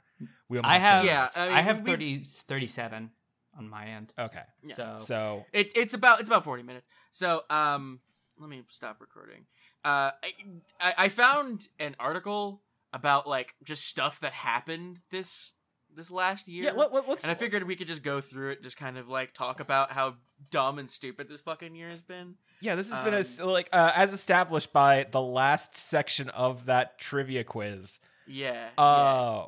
Speaker 3: we only
Speaker 2: I have,
Speaker 3: Uh, thirty
Speaker 4: Yeah, uh,
Speaker 2: yeah,
Speaker 3: minutes.
Speaker 4: I
Speaker 2: I,
Speaker 4: mean,
Speaker 2: have
Speaker 4: we-
Speaker 2: 30, 37 on my end.
Speaker 3: okay.
Speaker 4: Yeah.
Speaker 2: So,
Speaker 3: So
Speaker 4: It's it's about it's about 40 minutes. So um let me stop recording. Uh I I, I found an article about like just stuff that happened this this last year.
Speaker 3: yeah, let, let,
Speaker 4: and
Speaker 3: let's
Speaker 4: I figured we could just go through it, just kind of like talk about how dumb and stupid this fucking year has been.
Speaker 3: yeah. This has been as
Speaker 4: um,
Speaker 3: like uh, as established by the last section of that trivia quiz.
Speaker 4: Yeah. yeah.
Speaker 3: Uh,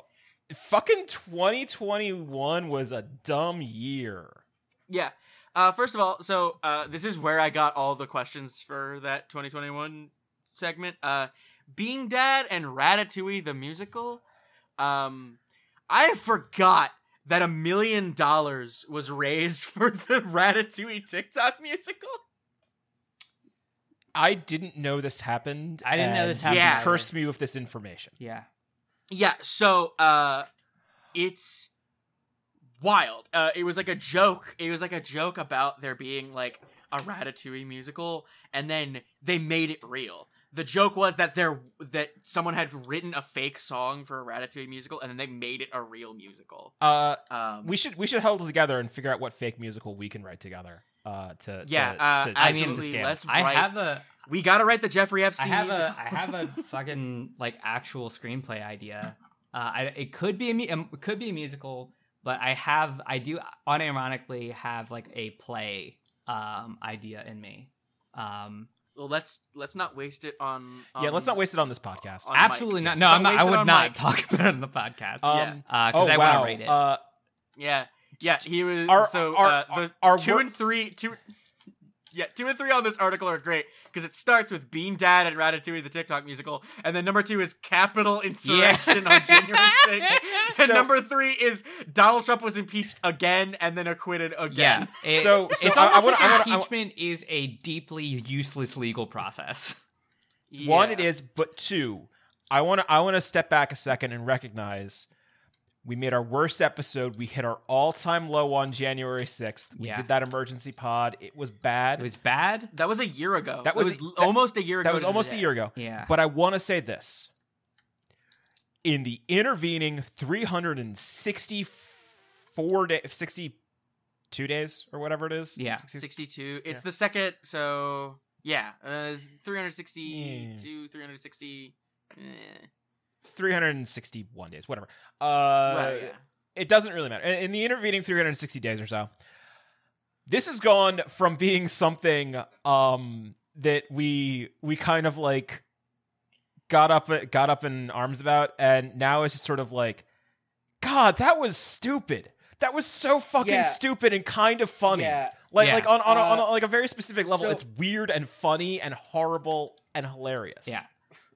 Speaker 3: fucking twenty twenty one was a dumb year.
Speaker 4: Yeah. Uh, first of all, so uh, this is where I got all the questions for that 2021 segment. Uh, Being Dad and Ratatouille the musical. Um, I forgot that a million dollars was raised for the Ratatouille TikTok musical.
Speaker 3: I didn't know this happened.
Speaker 2: I didn't know this
Speaker 3: and you
Speaker 4: happened
Speaker 3: Cursed me with this information.
Speaker 2: yeah.
Speaker 4: Yeah, so uh it's wild. Uh it was like a joke. It was like a joke about there being like a Ratatouille musical and then they made it real. The joke was that there that someone had written a fake song for a Ratatouille musical and then they made it a real musical.
Speaker 3: Uh,
Speaker 4: Um
Speaker 3: we should we should huddle together and figure out what fake musical we can write together. Uh, to
Speaker 4: Yeah,
Speaker 3: to,
Speaker 4: uh,
Speaker 3: to,
Speaker 2: I mean,
Speaker 4: absolutely.
Speaker 3: scam.
Speaker 4: Let's
Speaker 2: I
Speaker 4: write-
Speaker 2: have a,
Speaker 4: we got to write the Jeffrey
Speaker 2: I
Speaker 4: Epstein
Speaker 2: have a,
Speaker 4: musical.
Speaker 2: I have a fucking like actual screenplay idea. Uh, I, it could be a, mu- um, it could be a musical, but I have, I do unironically have like a play um idea in me. Um,
Speaker 4: well, let's let's not waste it on,
Speaker 3: yeah, let's not
Speaker 4: on-
Speaker 3: waste it on this podcast.
Speaker 4: um, on
Speaker 2: absolutely
Speaker 4: mic.
Speaker 2: not. No,
Speaker 4: Let's
Speaker 2: I'm not, I
Speaker 4: waste it
Speaker 2: would
Speaker 4: on
Speaker 2: not
Speaker 4: mic.
Speaker 2: talk about it on the podcast. Uh,
Speaker 3: Um,
Speaker 4: yeah.
Speaker 2: 'cause
Speaker 3: oh
Speaker 2: I
Speaker 3: wow.
Speaker 2: want to rate it.
Speaker 3: Uh,
Speaker 4: Yeah, yeah. He was
Speaker 3: Our-
Speaker 4: so
Speaker 3: our-
Speaker 4: uh, the
Speaker 3: our
Speaker 4: two
Speaker 3: wor-
Speaker 4: and three two. Yeah, two and three on this article are great because it starts with Bean Dad and Ratatouille, the TikTok musical, and then number two is Capital Insurrection on January 6th.
Speaker 3: So-
Speaker 4: and number three is Donald Trump was impeached again and then acquitted again.
Speaker 2: Yeah. it-
Speaker 3: So- so
Speaker 2: it's
Speaker 3: I- I
Speaker 2: almost
Speaker 3: wanna-
Speaker 2: like
Speaker 3: I wanna- I wa-
Speaker 2: impeachment is a deeply useless legal process.
Speaker 4: Yeah.
Speaker 3: One, it is, but two, I want to I want to step back a second and recognize we made our worst episode. We hit our all time low on January sixth. We
Speaker 2: Yeah.
Speaker 3: did that emergency pod. It was bad.
Speaker 2: It was bad.
Speaker 4: That was a year ago.
Speaker 3: That
Speaker 4: It
Speaker 3: was-
Speaker 4: l-
Speaker 3: that-
Speaker 4: almost a year ago.
Speaker 3: that was
Speaker 4: to the
Speaker 3: almost a
Speaker 4: day.
Speaker 3: year ago.
Speaker 2: Yeah.
Speaker 3: But I want to say this. In the intervening 364 days, 62 days or whatever it is.
Speaker 2: Yeah.
Speaker 3: 60
Speaker 4: 62. It's
Speaker 3: Yeah.
Speaker 4: the second, so yeah, uh, it's 362, 360. eh,
Speaker 3: 361 days, whatever. Uh,
Speaker 4: well, yeah.
Speaker 3: It doesn't really matter. In in the intervening 360 days or so, this has gone from being something um, that we we kind of like got up got up in arms about, and now it's just sort of like, God, that was stupid. That was so fucking
Speaker 1: Yeah.
Speaker 3: stupid and kind of funny.
Speaker 1: Yeah.
Speaker 3: Like
Speaker 2: Yeah.
Speaker 3: like on on, a,
Speaker 1: Uh,
Speaker 3: on a, like a very specific level,
Speaker 1: so-
Speaker 3: it's weird and funny and horrible and hilarious.
Speaker 2: Yeah.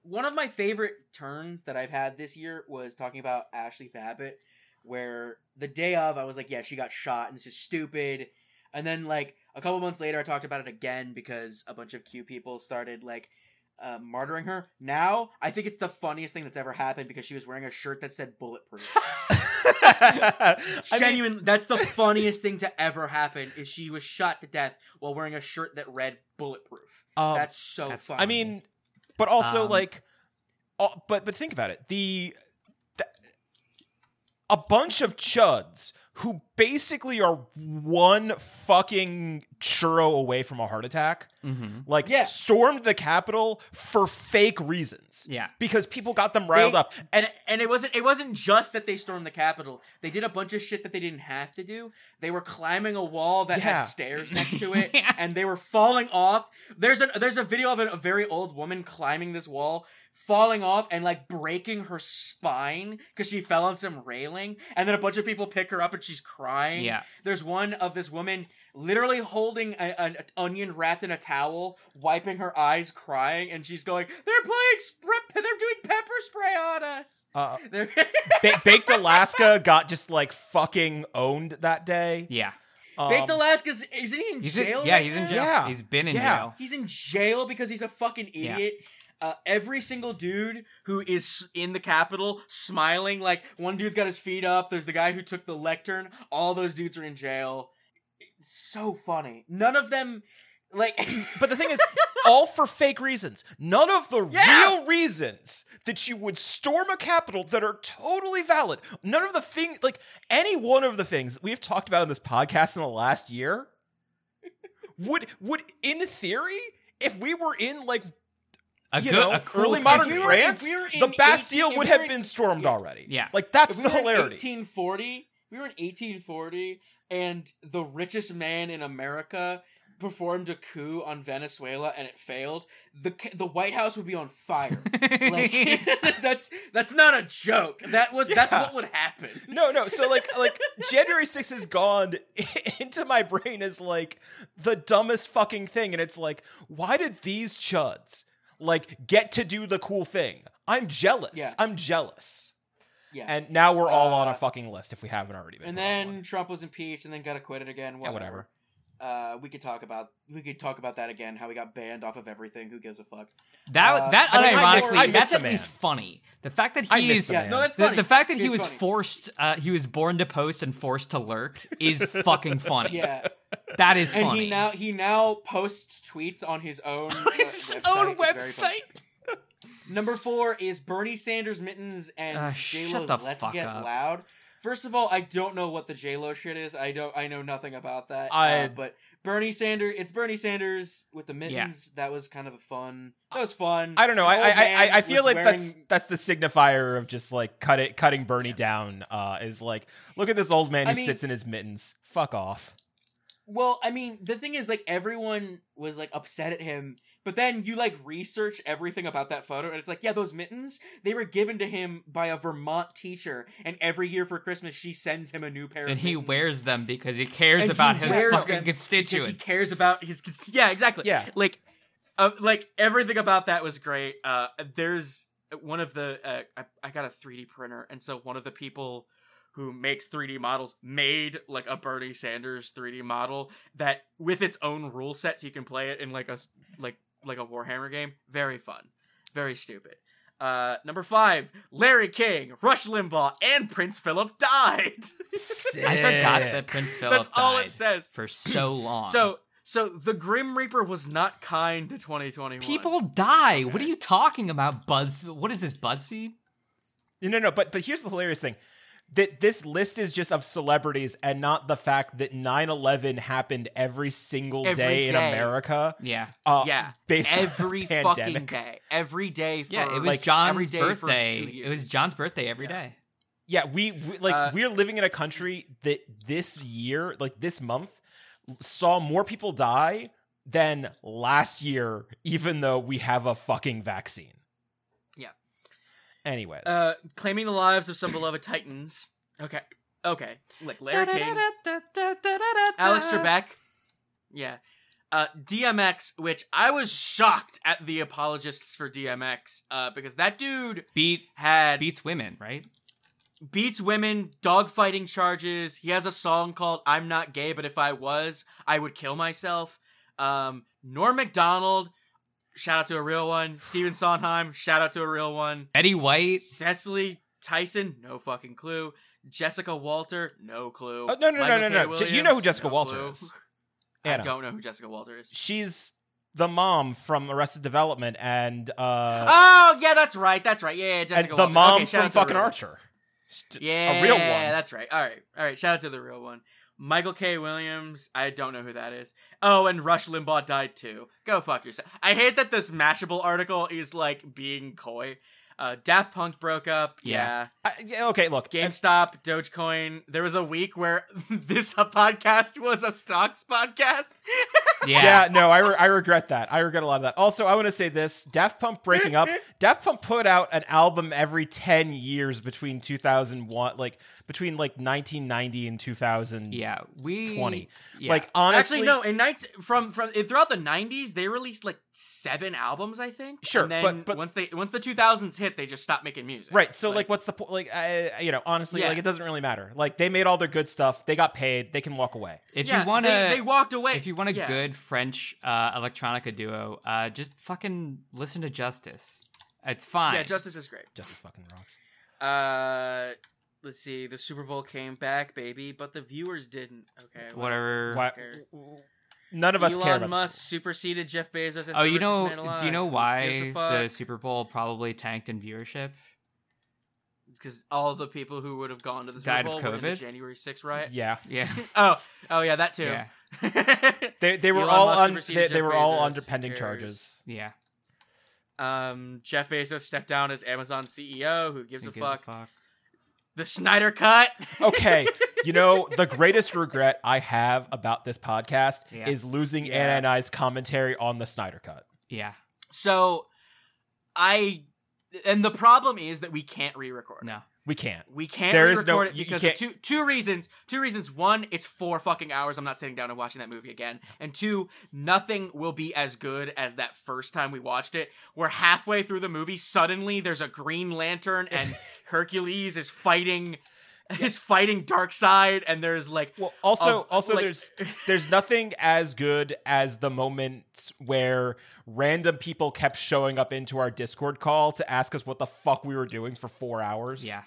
Speaker 1: one of my favorite turns that I've had this year was talking about Ashley Babbitt, where the day of I was like, yeah, she got shot and this is stupid. And then like a couple months later, I talked about it again because a bunch of Q people started like uh, martyring her. Now I think it's the funniest thing that's ever happened because she was wearing a shirt that said bulletproof.
Speaker 3: I mean,
Speaker 1: Genuine, that's the funniest thing to ever happen is she was shot to death while wearing a shirt that read bulletproof.
Speaker 3: um,
Speaker 1: that's so
Speaker 2: that's-
Speaker 1: funny.
Speaker 3: I mean, but also
Speaker 2: Um,
Speaker 3: like, all, but but think about it. The, th- a bunch of chuds who basically are one fucking churro away from a heart attack
Speaker 2: Mm-hmm.
Speaker 3: like
Speaker 4: Yeah.
Speaker 3: stormed the capitol for fake reasons
Speaker 2: Yeah.
Speaker 3: because people got them riled
Speaker 4: They-
Speaker 3: up
Speaker 4: And and it wasn't it wasn't just that they stormed the Capitol. They did a bunch of shit that they didn't have to do. They were climbing a wall that
Speaker 3: Yeah.
Speaker 4: had stairs next to it,
Speaker 2: Yeah.
Speaker 4: and they were falling off. There's a there's a video of an- a very old woman climbing this wall, falling off and like breaking her spine because she fell on some railing, and then a bunch of people pick her up and she's crying.
Speaker 2: Yeah.
Speaker 4: There's one of this woman literally holding a, an onion wrapped in a towel, wiping her eyes, crying, and she's going, "They're playing, sp- they're doing pepper spray on us."
Speaker 3: uh,
Speaker 4: They're-
Speaker 3: Ba- baked alaska got just like fucking owned that day
Speaker 2: Yeah.
Speaker 3: Um,
Speaker 4: Baked Alaska's isn't he in
Speaker 2: He's in,
Speaker 4: jail?
Speaker 2: yeah,
Speaker 4: right
Speaker 2: he's in
Speaker 4: now?
Speaker 2: jail.
Speaker 3: Yeah.
Speaker 2: He's been in
Speaker 3: Yeah.
Speaker 2: jail.
Speaker 4: He's in jail because he's a fucking
Speaker 2: Yeah.
Speaker 4: idiot. Uh, every single dude who is in the Capitol smiling, like one dude's got his feet up. There's the guy who took the lectern. All those dudes are in jail. It's so funny. None of them, like.
Speaker 3: But the thing is, all for fake reasons. None of the
Speaker 4: Yeah.
Speaker 3: real reasons that you would storm a capital that are totally valid. None of the things, like any one of the things that we've talked about on this podcast in the last year, would would in theory, if we were in like
Speaker 2: A
Speaker 3: you
Speaker 2: good,
Speaker 3: know
Speaker 2: a cool
Speaker 3: early
Speaker 2: country.
Speaker 4: If
Speaker 3: modern
Speaker 4: we were- if
Speaker 3: France,
Speaker 4: we were in
Speaker 3: the Bastille
Speaker 4: 18
Speaker 3: would
Speaker 4: if we
Speaker 3: have
Speaker 4: were in-
Speaker 3: been stormed
Speaker 4: Yeah.
Speaker 3: already.
Speaker 2: Yeah.
Speaker 3: like that's
Speaker 4: If
Speaker 3: the
Speaker 4: we were in
Speaker 3: hilarity.
Speaker 4: 1840. We were in 1840, and the richest man in America performed a coup on Venezuela, and it failed. the The White House would be on fire. Like that's that's not a joke. That would that's
Speaker 3: Yeah.
Speaker 4: what would happen.
Speaker 3: No, no. So like like January 6th has gone into my brain as like the dumbest fucking thing and it's like why did these chuds like get to do the cool thing? I'm jealous.
Speaker 4: Yeah.
Speaker 3: I'm jealous.
Speaker 4: Yeah.
Speaker 3: And now we're all on
Speaker 4: Uh,
Speaker 3: a fucking list if we haven't already been.
Speaker 4: and
Speaker 3: put on
Speaker 4: then
Speaker 3: one.
Speaker 4: Trump was impeached, and then got acquitted again.
Speaker 3: Yeah,
Speaker 4: Whatever.
Speaker 3: whatever.
Speaker 4: Uh, we could talk about we could talk about that again. How he got banned off of everything. Who gives a fuck?
Speaker 2: That
Speaker 4: Uh,
Speaker 2: that
Speaker 3: I mean, I miss-
Speaker 2: unironically,
Speaker 3: I miss
Speaker 2: that's
Speaker 3: the
Speaker 2: at least
Speaker 3: man.
Speaker 2: funny. The fact that
Speaker 3: I miss
Speaker 2: he's
Speaker 3: the
Speaker 4: Yeah.
Speaker 3: man.
Speaker 4: No, that's
Speaker 2: the,
Speaker 4: funny.
Speaker 2: the fact that he
Speaker 4: It's
Speaker 2: was
Speaker 4: funny.
Speaker 2: forced, uh, he was born to post and forced to lurk is fucking funny.
Speaker 4: Yeah.
Speaker 2: That is
Speaker 4: And
Speaker 2: funny.
Speaker 4: he now he now posts tweets on his own uh,
Speaker 2: his
Speaker 4: website.
Speaker 2: own
Speaker 4: It's very funny.
Speaker 2: website.
Speaker 4: Number four is Bernie Sanders mittens and
Speaker 3: Ah,
Speaker 2: Uh,
Speaker 4: J
Speaker 2: shut
Speaker 4: Lo's
Speaker 2: the
Speaker 4: Let's
Speaker 2: fuck
Speaker 4: Get
Speaker 2: up.
Speaker 4: Loud. First of all, I don't know what the J Lo shit is. I don't. I know nothing about that.
Speaker 3: I-
Speaker 4: uh, but Bernie Sanders. It's Bernie Sanders with the mittens. That was kind of a fun. That was fun.
Speaker 3: I don't know. I
Speaker 4: An
Speaker 3: I,
Speaker 4: old
Speaker 3: I I- I
Speaker 4: man
Speaker 3: feel
Speaker 4: was
Speaker 3: like that's
Speaker 4: wearing-
Speaker 3: that's the signifier of just like cut it cutting Bernie down uh is like look at this old man
Speaker 4: I
Speaker 3: who
Speaker 4: mean-
Speaker 3: sits in his mittens. Fuck off.
Speaker 4: Well, I mean, the thing is, like, everyone was like upset at him. But then you like research everything about that photo, and it's like, yeah, those mittens they were given to him by a Vermont teacher, and every year for Christmas she sends him a new pair.
Speaker 2: and
Speaker 4: of
Speaker 2: he
Speaker 4: mittens.
Speaker 2: wears them because he cares
Speaker 4: And he
Speaker 2: about his
Speaker 4: wears
Speaker 2: fucking
Speaker 4: them because
Speaker 2: constituents.
Speaker 4: he cares about his. cons- Yeah, exactly.
Speaker 3: Yeah.
Speaker 5: like uh, like everything about that was great uh there's one of the uh, I, I got a 3d printer and so one of the people who makes 3d models made like a bernie sanders 3d model that with its own rule set so you can play it in like a s- like like a warhammer game very fun very stupid uh number five larry king rush limbaugh and prince philip died
Speaker 2: I forgot that
Speaker 3: Sick.
Speaker 2: Prince Philip
Speaker 5: that's all
Speaker 2: died
Speaker 5: it says
Speaker 2: for so long.
Speaker 5: so so the grim reaper was not kind to 2021
Speaker 2: people die. What are
Speaker 5: Okay.
Speaker 2: you talking about, BuzzFeed? What is this, BuzzFeed?
Speaker 3: No, no, no. But but here's the hilarious thing. That this list is just of celebrities and not the fact that 9-11 happened every single
Speaker 5: Every
Speaker 3: day, in
Speaker 5: day.
Speaker 3: America.
Speaker 2: Yeah,
Speaker 3: Uh,
Speaker 5: yeah
Speaker 3: Based on the
Speaker 5: every
Speaker 3: pandemic.
Speaker 5: fucking day every day for
Speaker 2: yeah. It was
Speaker 5: like, every
Speaker 2: John's
Speaker 5: day for two
Speaker 2: birthday.
Speaker 5: years.
Speaker 2: It was John's birthday every day.
Speaker 5: Yeah.
Speaker 3: Yeah, we, we like
Speaker 5: Uh,
Speaker 3: we're living in a country that this year, like this month, saw more people die than last year, even though we have a fucking vaccine.
Speaker 5: Yeah.
Speaker 3: Anyways,
Speaker 5: uh claiming the lives of some beloved titans okay okay like larry king alex trebek yeah uh dmx which i was shocked at the apologists for dmx uh because that dude
Speaker 2: beat
Speaker 5: had
Speaker 2: beats women, right?
Speaker 5: beats women, dogfighting charges. He has a song called "I'm Not Gay, But If I Was, I Would Kill Myself." Um, Norm Macdonald, shout out to a real one. Steven Sondheim, shout out to a real one.
Speaker 2: Betty White.
Speaker 5: Cecily Tyson, no fucking clue. Jessica Walter, no clue.
Speaker 3: Oh, no, no, no,
Speaker 5: Michael
Speaker 3: no,
Speaker 5: K.
Speaker 3: no. Do you know who Jessica
Speaker 5: no
Speaker 3: Walter
Speaker 5: clue.
Speaker 3: is?
Speaker 5: I
Speaker 3: Anna.
Speaker 5: don't know who Jessica Walter is.
Speaker 3: she's the mom from Arrested Development and uh,
Speaker 5: oh yeah, that's right, that's right. Yeah, yeah Jessica.
Speaker 3: and the
Speaker 5: Walter.
Speaker 3: mom
Speaker 5: okay, shout
Speaker 3: from
Speaker 5: out to a
Speaker 3: fucking
Speaker 5: real one.
Speaker 3: Archer. St-
Speaker 4: Yeah,
Speaker 3: a real one.
Speaker 4: That's right. All right, all right. Shout out to the real one, Michael K. Williams. I don't know who that is. Oh, and Rush Limbaugh died too. Go fuck yourself. I hate that this Mashable article is like being coy. Uh, Daft Punk broke up. Yeah.
Speaker 2: Yeah.
Speaker 3: I- yeah, okay, look. and-
Speaker 4: GameStop, Dogecoin. There was a week where this podcast was a stocks podcast.
Speaker 3: yeah. no, I, re- I regret that. I regret a lot of that. Also, I want to say this Daft Punk breaking up. Daft Punk put out an album every 10 years between 2001, like between like 1990 and 2000.
Speaker 2: Yeah, we
Speaker 3: 20.
Speaker 2: Yeah.
Speaker 3: Like, honestly.
Speaker 4: Actually, no. In nights from from throughout the '90s, they released like seven albums, I think.
Speaker 3: Sure,
Speaker 4: and then
Speaker 3: but- but-
Speaker 4: once they once the 2000s hit, they just stopped making music.
Speaker 3: Right. So like, what's the point? Like, I, you know, honestly,
Speaker 4: Yeah.
Speaker 3: like it doesn't really matter. Like they made all their good stuff. They got paid. They can walk away.
Speaker 2: if
Speaker 4: Yeah,
Speaker 2: you want to,
Speaker 4: they, they walked away.
Speaker 2: if you want a
Speaker 4: Yeah.
Speaker 2: good French uh, electronica duo, uh, just fucking listen to Justice. It's fine.
Speaker 4: yeah, Justice is great.
Speaker 3: Justice fucking rocks.
Speaker 4: Uh, let's see. The Super Bowl came back, baby, but the viewers didn't. Okay, well,
Speaker 2: whatever.
Speaker 3: Why,
Speaker 4: care.
Speaker 3: Uh, none of us
Speaker 4: Elon
Speaker 3: care about
Speaker 4: Musk
Speaker 3: this.
Speaker 4: superseded Jeff Bezos. As
Speaker 2: Oh,
Speaker 4: the
Speaker 2: you
Speaker 4: richest
Speaker 2: know,
Speaker 4: man alive.
Speaker 2: do you know why the
Speaker 4: Because
Speaker 2: Super Bowl probably tanked in viewership?
Speaker 4: all the people who would have gone to the Super
Speaker 2: Died of
Speaker 4: Bowl were in the
Speaker 2: COVID?
Speaker 4: January 6th riot.
Speaker 3: Yeah,
Speaker 2: Yeah,
Speaker 4: Oh, oh yeah, that too.
Speaker 2: yeah,
Speaker 3: they they were
Speaker 4: Elon
Speaker 3: all
Speaker 4: Musk
Speaker 3: on
Speaker 4: superseded
Speaker 3: they, they
Speaker 4: Jeff
Speaker 3: were all
Speaker 4: Bezos.
Speaker 3: under
Speaker 4: Who
Speaker 3: pending
Speaker 4: cares?
Speaker 3: charges.
Speaker 2: yeah.
Speaker 4: um, Jeff Bezos stepped down as Amazon CEO. Who gives
Speaker 2: Who
Speaker 4: a
Speaker 2: gives a
Speaker 4: fuck? The Snyder Cut.
Speaker 3: Okay, you know the greatest regret I have about this podcast
Speaker 2: Yeah.
Speaker 3: is losing
Speaker 4: Yeah.
Speaker 3: Anna and I's commentary on the Snyder Cut.
Speaker 2: Yeah,
Speaker 4: So, I, and the problem is that we can't re-record.
Speaker 2: no.
Speaker 3: We can't.
Speaker 4: We can't
Speaker 3: There is
Speaker 4: re-record
Speaker 3: no-
Speaker 4: it
Speaker 3: you- you
Speaker 4: because
Speaker 3: can't-
Speaker 4: of two two reasons. Two reasons. One, it's four fucking hours. I'm not sitting down and watching that movie again. And two, nothing will be as good as that first time we watched it. We're halfway through the movie. Suddenly, there's a Green Lantern and Hercules is fighting. Is fighting Dark Side, and there's like
Speaker 3: Well, also,
Speaker 4: Of-
Speaker 3: also,
Speaker 4: um, like-
Speaker 3: there's there's nothing as good as the moments where random people kept showing up into our Discord call to ask us what the fuck we were doing for four hours.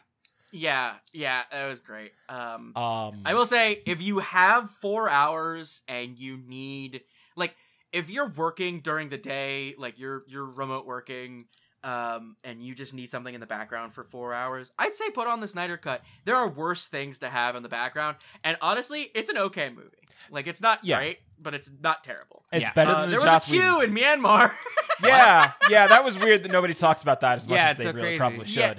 Speaker 2: Yeah,
Speaker 4: yeah, yeah, that was great. Um,
Speaker 3: Um.
Speaker 4: I will say, if you have four hours and you need, like, if you're working during the day, like you're you're remote working, um, and you just need something in the background for four hours, I'd say put on the Snyder Cut. There are worse things to have in the background, and honestly, it's an okay movie. Like, it's not
Speaker 3: Yeah.
Speaker 4: great, but it's not terrible.
Speaker 3: It's
Speaker 2: Yeah.
Speaker 3: better
Speaker 4: Uh,
Speaker 3: than
Speaker 4: there
Speaker 3: the
Speaker 4: was
Speaker 3: Joss
Speaker 4: a queue
Speaker 3: Whedon.
Speaker 4: in Myanmar.
Speaker 3: Yeah, yeah, that was weird that nobody talks about that as much
Speaker 2: Yeah,
Speaker 3: as
Speaker 2: it's
Speaker 3: they
Speaker 2: so
Speaker 3: really
Speaker 2: crazy.
Speaker 3: probably
Speaker 4: Yeah.
Speaker 3: should.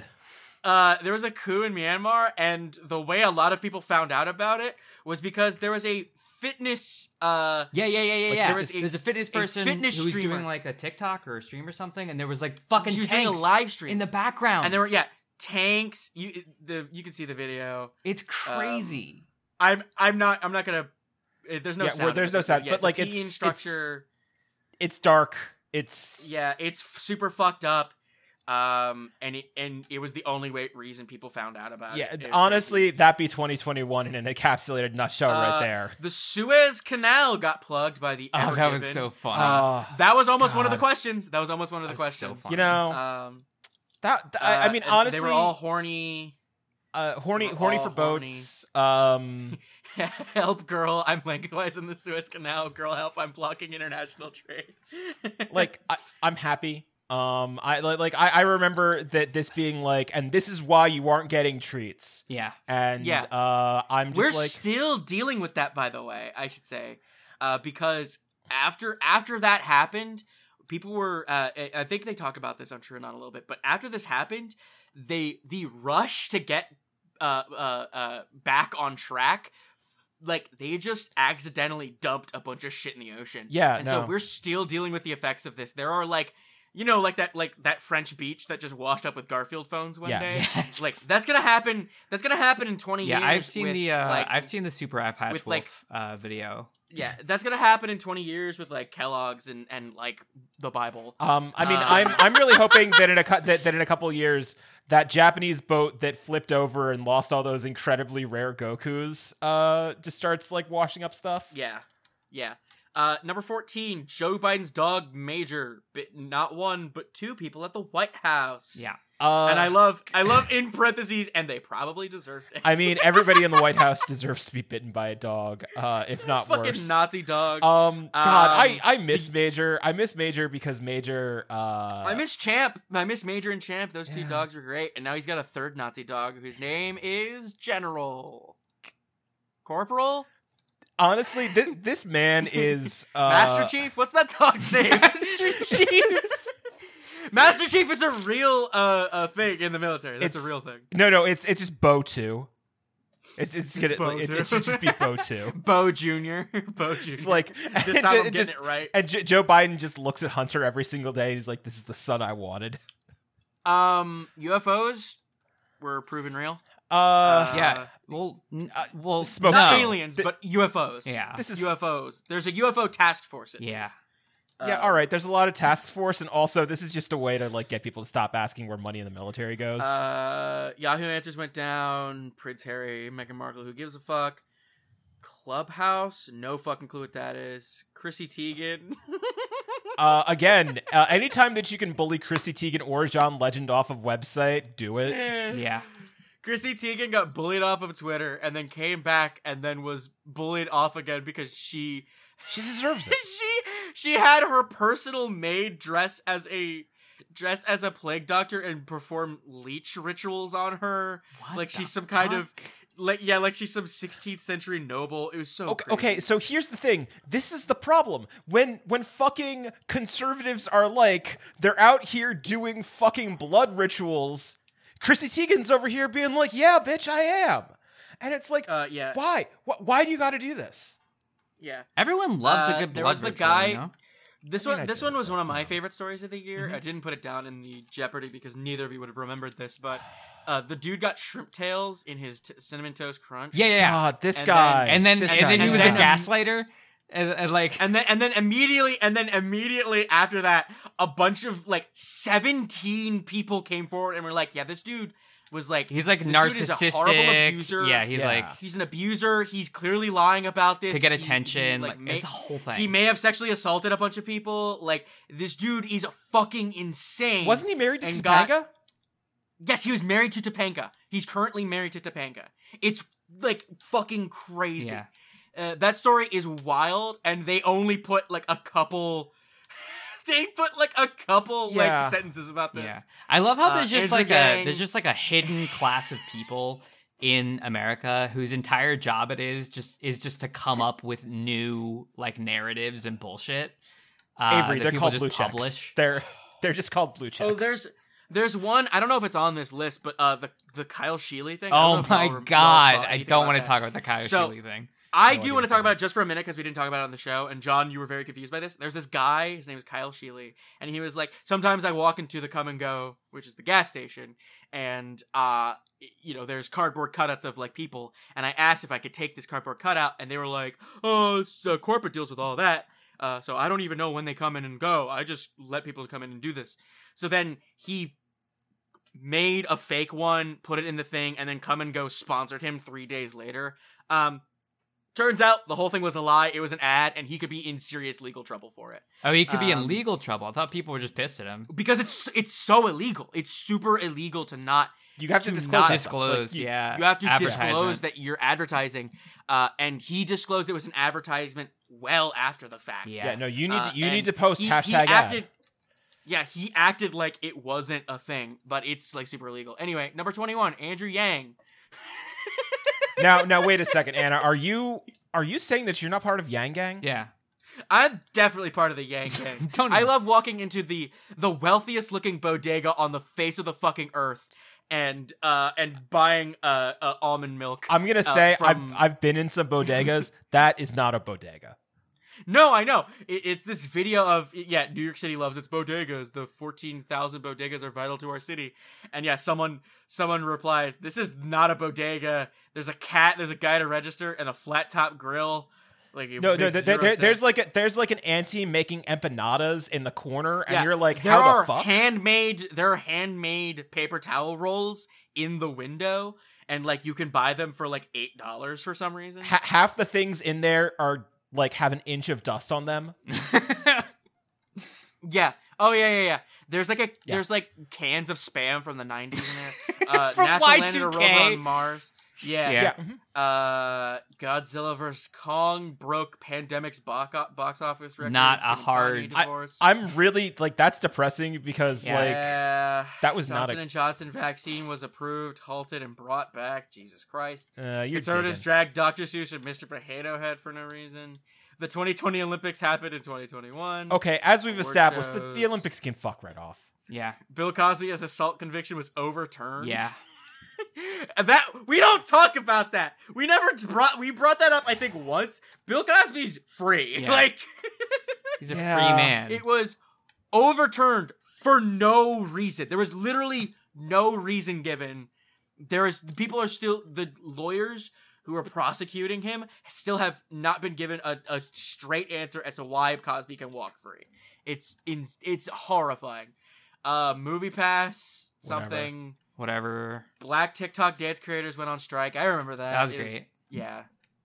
Speaker 4: uh, there was a coup in Myanmar, and the way a lot of people found out about it was because there was a fitness uh
Speaker 2: yeah, yeah, yeah, yeah.
Speaker 4: Like,
Speaker 2: yeah.
Speaker 4: there was a-
Speaker 2: There's a fitness person
Speaker 4: fitness
Speaker 2: who was
Speaker 4: streamer.
Speaker 2: doing like a TikTok or a stream or something, and there was like fucking
Speaker 4: she was doing
Speaker 2: tanks
Speaker 4: a live stream
Speaker 2: in the background,
Speaker 4: and there were yeah tanks you the you can see the video
Speaker 2: it's crazy.
Speaker 4: i'm i'm not i'm not gonna eh, there's no
Speaker 3: Yeah,
Speaker 4: sound
Speaker 3: where
Speaker 4: in
Speaker 3: there's
Speaker 4: it,
Speaker 3: no sound,
Speaker 4: yeah,
Speaker 3: but, like,
Speaker 4: a
Speaker 3: it's-
Speaker 4: P-in
Speaker 3: it's-
Speaker 4: E structure
Speaker 3: It's dark. It's
Speaker 4: yeah it's f- super fucked up um and it and it was the only way reason people found out about
Speaker 3: yeah.
Speaker 4: it. It's
Speaker 3: honestly,
Speaker 4: crazy.
Speaker 3: that be 2021 in an encapsulated nutshell
Speaker 4: Uh,
Speaker 3: right there.
Speaker 4: the suez canal got plugged by the
Speaker 2: oh, that was
Speaker 4: Evergiven.
Speaker 2: so fun.
Speaker 3: Uh,
Speaker 4: that was almost one of the
Speaker 3: God.
Speaker 4: questions that was almost one of the
Speaker 2: That was so
Speaker 4: questions
Speaker 2: fun.
Speaker 3: you know
Speaker 4: um
Speaker 3: that. th- I, I
Speaker 4: uh,
Speaker 3: mean,
Speaker 4: and
Speaker 3: honestly,
Speaker 4: they were all horny
Speaker 3: uh, horny,
Speaker 4: they were
Speaker 3: horny
Speaker 4: all
Speaker 3: for
Speaker 4: horny.
Speaker 3: boats. Um,
Speaker 4: help girl i'm lengthwise in the suez canal girl help i'm blocking international trade
Speaker 3: like I, I'm happy. Um, I li- like I, I remember that this being like, and this is why you aren't getting treats.
Speaker 2: yeah,
Speaker 3: And
Speaker 4: Yeah.
Speaker 3: uh, I'm
Speaker 4: we're
Speaker 3: just like,
Speaker 4: still dealing with that by the way i should say uh, because after after that happened people were uh, I- i think they talk about this on true and on a little bit but after this happened they the rush to get uh, uh, uh, back on track like they just accidentally dumped a bunch of shit in the ocean
Speaker 3: yeah,
Speaker 4: and
Speaker 3: no.
Speaker 4: so we're still dealing with the effects of this. There are like, you know, like that like that French beach that just washed up with Garfield phones one
Speaker 3: Yes.
Speaker 4: day.
Speaker 2: Yes.
Speaker 4: Like that's gonna happen. That's gonna happen in twenty
Speaker 2: yeah,
Speaker 4: years.
Speaker 2: I've seen
Speaker 4: with,
Speaker 2: the uh,
Speaker 4: like,
Speaker 2: I've seen the Super App Hatch
Speaker 4: with,
Speaker 2: Wolf
Speaker 4: like-
Speaker 2: uh, video.
Speaker 4: yeah. That's gonna happen in twenty years with like Kellogg's and and like the Bible.
Speaker 3: Um, I mean,
Speaker 4: Um.
Speaker 3: I'm I'm really hoping that in a cou- that, that in a couple of years, that Japanese boat that flipped over and lost all those incredibly rare Goku's, uh, just starts like washing up stuff.
Speaker 4: Yeah, yeah. Uh, number fourteen, Joe Biden's dog Major bit not one but two people at the White House.
Speaker 2: Yeah.
Speaker 3: Uh,
Speaker 4: and I love, I love in parentheses, and they probably deserved it.
Speaker 3: I mean, everybody in the White House deserves to be bitten by a dog, uh, if not
Speaker 4: fucking
Speaker 3: worse.
Speaker 4: Nazi dog.
Speaker 2: Uh,
Speaker 3: Um, God, I
Speaker 4: Um,
Speaker 3: I miss Major. I miss Major because Major. Uh,
Speaker 4: I miss Champ. I miss Major and Champ. Those two
Speaker 3: Yeah.
Speaker 4: dogs were great, and now he's got a third Nazi dog whose name is General Corporal
Speaker 3: honestly thi- this man is uh,
Speaker 4: Master Chief. What's that dog's name?
Speaker 2: Master
Speaker 4: Chief. Master Chief is a real uh, uh thing in the military. That's
Speaker 3: It's-
Speaker 4: a real thing.
Speaker 3: No, no, it's it's just Bo two. It's it's gonna
Speaker 4: Bo
Speaker 3: it,
Speaker 4: two.
Speaker 3: it should just be Bo two.
Speaker 4: Bo Junior. Bo Junior.
Speaker 3: It's like
Speaker 4: this
Speaker 3: it
Speaker 4: time I'm
Speaker 3: ju-
Speaker 4: getting
Speaker 3: it just-
Speaker 4: it right.
Speaker 3: and J- Joe Biden just looks at Hunter every single day. and He's like, "This is the son I wanted."
Speaker 4: Um, UFOs were proven real.
Speaker 3: Uh,
Speaker 2: yeah. Well, n-
Speaker 3: uh,
Speaker 2: well,
Speaker 3: smoke
Speaker 2: no.
Speaker 4: Not
Speaker 3: screen.
Speaker 4: aliens,
Speaker 3: Th-
Speaker 4: but UFOs.
Speaker 2: Yeah.
Speaker 3: this is
Speaker 4: UFOs. There's a UFO task force. at
Speaker 2: Yeah.
Speaker 4: least.
Speaker 3: yeah.
Speaker 4: Uh,
Speaker 3: All right, there's a lot of task force, and also this is just a way to like get people to stop asking where money in the military goes.
Speaker 4: Uh, Yahoo Answers went down. Prince Harry, Meghan Markle, who gives a fuck? Clubhouse, no fucking clue what that is. Chrissy Teigen.
Speaker 3: Uh, again, uh, anytime that you can bully Chrissy Teigen or John Legend off of website, do it.
Speaker 2: Yeah.
Speaker 4: Chrissy Teigen got bullied off of Twitter and then came back and then was bullied off again because she
Speaker 3: She deserves it.
Speaker 4: she she had her personal maid dress as a dress as a plague doctor and perform leech rituals on her.
Speaker 2: What
Speaker 4: like
Speaker 2: the
Speaker 4: she's some kind of
Speaker 2: fuck?
Speaker 4: like yeah, like she's some 16th century noble. It was so
Speaker 3: Okay,
Speaker 4: crazy.
Speaker 3: okay, so here's the thing. This is the problem. When when fucking conservatives are like, they're out here doing fucking blood rituals. Chrissy Teigen's over here being like, "Yeah, bitch, I am," and it's like,
Speaker 4: Uh, yeah,
Speaker 3: why? Wh- why do you got to do this?
Speaker 4: yeah.
Speaker 2: Everyone loves
Speaker 4: Uh,
Speaker 2: a good blood
Speaker 4: there was the
Speaker 2: ritual,
Speaker 4: guy-
Speaker 2: you know?
Speaker 4: This
Speaker 3: I mean,
Speaker 4: one,
Speaker 3: I
Speaker 4: this
Speaker 3: do,
Speaker 4: one was
Speaker 3: but,
Speaker 4: one of my
Speaker 3: you know.
Speaker 4: favorite stories of the year. I didn't put it down in the Jeopardy because neither of you would have remembered this, but uh, the dude got shrimp tails in his t- cinnamon toast crunch.
Speaker 2: Yeah, yeah, yeah.
Speaker 3: God, this
Speaker 4: And then-
Speaker 3: guy.
Speaker 2: and then
Speaker 3: this
Speaker 2: and
Speaker 3: guy.
Speaker 2: then he
Speaker 4: And
Speaker 2: was
Speaker 4: then- um,
Speaker 2: a gaslighter, and, and like
Speaker 4: And then, and then immediately, and then immediately after that, a bunch of like seventeen people came forward and were like, "Yeah, this dude was like,
Speaker 2: he's like
Speaker 4: this dude is a horrible
Speaker 2: narcissistic.
Speaker 4: abuser.
Speaker 2: Yeah, he's
Speaker 3: Yeah.
Speaker 2: like
Speaker 4: he's an abuser. He's clearly lying about this
Speaker 2: to get
Speaker 4: He- he,
Speaker 2: attention. like,
Speaker 4: ma-
Speaker 2: it's a whole thing.
Speaker 4: he may have sexually assaulted a bunch of people. Like this dude is fucking insane.
Speaker 3: wasn't he married to
Speaker 4: and got-
Speaker 3: Topanga?
Speaker 4: Yes, he was married to Topanga. He's currently married to Topanga. It's like fucking crazy.
Speaker 2: yeah.
Speaker 4: Uh, that story is wild, and they only put like a couple. they put like a couple
Speaker 3: Yeah.
Speaker 4: like sentences about this.
Speaker 2: Yeah, I love how
Speaker 4: Uh,
Speaker 2: there's just
Speaker 4: Andrew
Speaker 2: like
Speaker 4: Yang.
Speaker 2: a there's just like a hidden class of people in America whose entire job it is just is just to come up with new like narratives and bullshit. Uh,
Speaker 3: Avery,
Speaker 2: that
Speaker 3: they're
Speaker 2: people
Speaker 3: called
Speaker 2: just
Speaker 3: blue
Speaker 2: publish.
Speaker 3: checks. They're they're just called blue checks.
Speaker 4: Oh, there's there's one. I don't know if it's on this list, but uh, the the Kyle Sheely thing. I don't know
Speaker 2: Oh
Speaker 4: if
Speaker 2: my
Speaker 4: y'all rem- y'all
Speaker 2: god,
Speaker 4: saw
Speaker 2: I
Speaker 4: anything
Speaker 2: don't
Speaker 4: about
Speaker 2: want to
Speaker 4: that.
Speaker 2: talk about the Kyle
Speaker 4: So-
Speaker 2: Shirley thing.
Speaker 4: I
Speaker 3: No
Speaker 4: do
Speaker 3: idea
Speaker 4: want to
Speaker 3: what
Speaker 4: talk
Speaker 3: that
Speaker 4: about
Speaker 3: is.
Speaker 4: it just for a minute because we didn't talk about it on the show. And John, you were very confused by this. There's this guy, his name is Kyle Sheely, and he was like, Sometimes I walk into the come and go, which is the gas station, and uh you know, there's cardboard cutouts of like people, and I asked if I could take this cardboard cutout, and they were like, Oh, it's, uh, corporate deals with all that. Uh, so I don't even know when they come in and go. I just let people come in and do this. So then he made a fake one, put it in the thing, and then come and go sponsored him three days later. Um, turns out the whole thing was a lie. It was an ad, and he could be in serious legal trouble for it
Speaker 2: Oh, he could be in
Speaker 4: Um,
Speaker 2: legal trouble. I thought people were just pissed at him.
Speaker 4: because it's it's so illegal. It's super illegal to not.
Speaker 3: you have to
Speaker 4: to
Speaker 3: disclose.
Speaker 4: not
Speaker 3: that stuff. Like,
Speaker 2: Disclosed,
Speaker 3: you-
Speaker 2: yeah.
Speaker 4: You have to disclose
Speaker 2: Uh, advertisement.
Speaker 4: that you're advertising, uh, and he disclosed it was an advertisement well after the fact.
Speaker 2: Yeah.
Speaker 3: Yeah, no, you need
Speaker 4: Uh,
Speaker 3: to, you
Speaker 4: and
Speaker 3: need to post
Speaker 4: he- he
Speaker 3: hashtag ad.
Speaker 4: acted- Yeah, he acted like it wasn't a thing, but it's like super illegal. Anyway, number twenty one, Andrew Yang.
Speaker 3: now now wait a second anna are you are you saying that you're not part of yang gang
Speaker 2: Yeah.
Speaker 4: I'm definitely part of the Yang gang.
Speaker 2: Don't
Speaker 4: I
Speaker 2: know.
Speaker 4: love walking into the the wealthiest looking bodega on the face of the fucking earth and uh and buying uh, uh almond milk.
Speaker 3: i'm gonna
Speaker 4: Uh,
Speaker 3: say
Speaker 4: from-
Speaker 3: I've, I've been in some bodegas that is not a bodega
Speaker 4: no, I know. It, it's this video of yeah, New York City loves its bodegas. The 14,000 bodegas are vital to our city. And yeah, someone someone replies, "This is not a bodega. There's a cat, there's a guy to register and a flat top grill." Like it
Speaker 3: no no
Speaker 4: makes
Speaker 3: there,
Speaker 4: zero
Speaker 3: there-
Speaker 4: sense.
Speaker 3: there's like a, there's like an auntie making empanadas in the corner and
Speaker 4: Yeah.
Speaker 3: you're like
Speaker 4: there
Speaker 3: how
Speaker 4: are
Speaker 3: the fuck
Speaker 4: handmade there are handmade paper towel rolls in the window and like you can buy them for like eight dollars for some reason
Speaker 3: Ha- half the things in there are like have an inch of dust on them
Speaker 4: yeah Oh yeah, yeah, yeah. There's like a
Speaker 3: Yeah.
Speaker 4: there's like cans of spam from the '90s in there. Uh,
Speaker 2: From
Speaker 4: NASA landed a
Speaker 2: Y2K.
Speaker 4: rover on Mars. Yeah.
Speaker 2: Yeah.
Speaker 3: Yeah. mhm.
Speaker 4: Uh, Godzilla vs Kong broke pandemic's box box office record.
Speaker 2: Not a hard-
Speaker 3: I- I'm really like that's depressing because
Speaker 2: Yeah.
Speaker 3: like that was not
Speaker 4: Johnson
Speaker 3: a-
Speaker 4: and Johnson vaccine was approved, halted, and brought back. Jesus Christ.
Speaker 3: uh, you're
Speaker 4: Conservatives
Speaker 3: digging.
Speaker 4: dragged Dr. Seuss and Mr. Potato Head for no reason. The 2020 Olympics happened in 2021.
Speaker 3: okay. As we've
Speaker 4: Award
Speaker 3: established, the,
Speaker 4: shows.
Speaker 3: the Olympics can fuck right off.
Speaker 2: Yeah.
Speaker 4: Bill Cosby's assault conviction was overturned.
Speaker 2: Yeah.
Speaker 4: and that we don't talk about that. We never brought we brought that up. I think once. Bill Cosby's free.
Speaker 2: Yeah.
Speaker 4: Like
Speaker 2: He's a
Speaker 3: Yeah.
Speaker 2: free man.
Speaker 4: it was overturned for no reason. There was literally no reason given. There is people are still the lawyers who are prosecuting him still have not been given a, a straight answer as to why Cosby can walk free. It's in, it's horrifying. Uh, movie pass
Speaker 3: Whatever.
Speaker 4: something.
Speaker 2: Whatever.
Speaker 4: Black TikTok dance creators went on strike. I remember that.
Speaker 2: That was
Speaker 4: It was-
Speaker 2: great.
Speaker 4: yeah,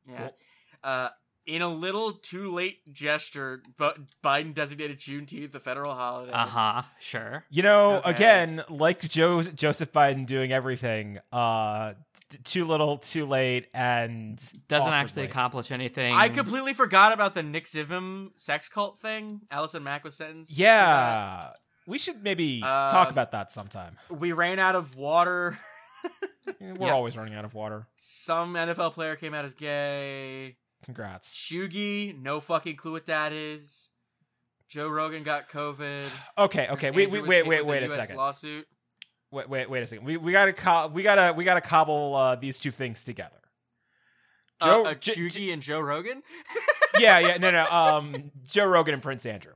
Speaker 4: yeah.
Speaker 3: Cool.
Speaker 4: Uh, in a little too late gesture, but Biden designated Juneteenth the federal holiday.
Speaker 2: Uh
Speaker 3: Uh-huh.
Speaker 2: huh. Sure.
Speaker 3: You know,
Speaker 4: Okay.
Speaker 3: again, like Joe, Joseph Biden doing everything, uh, t- too little, too late, and
Speaker 2: Doesn't
Speaker 3: awkwardly.
Speaker 2: actually accomplish anything.
Speaker 4: I completely forgot about the Nick Zivim sex cult thing. Allison Mack was sentenced. to that.
Speaker 3: Yeah, we should maybe talk
Speaker 4: Um,
Speaker 3: about that sometime.
Speaker 4: Uh, we ran out of water.
Speaker 3: We're
Speaker 2: yeah.
Speaker 3: always running out of water.
Speaker 4: Some NFL player came out as gay.
Speaker 3: Congrats.
Speaker 4: Shugi, no fucking clue what that is. Joe Rogan got COVID.
Speaker 3: Okay, okay.
Speaker 4: There's
Speaker 3: Wait, wait,
Speaker 4: Andrew
Speaker 3: wait,
Speaker 4: Escape
Speaker 3: wait,
Speaker 4: with the
Speaker 3: wait a
Speaker 4: US
Speaker 3: second.
Speaker 4: Lawsuit.
Speaker 3: Wait, wait, wait a second. We we gotta co- we gotta we gotta cobble uh, these two things together.
Speaker 4: Joe,
Speaker 3: Joe-
Speaker 4: uh, uh,
Speaker 3: J-
Speaker 4: Shugi and Joe Rogan.
Speaker 3: yeah, yeah, no, no. Um, Joe Rogan and Prince Andrew.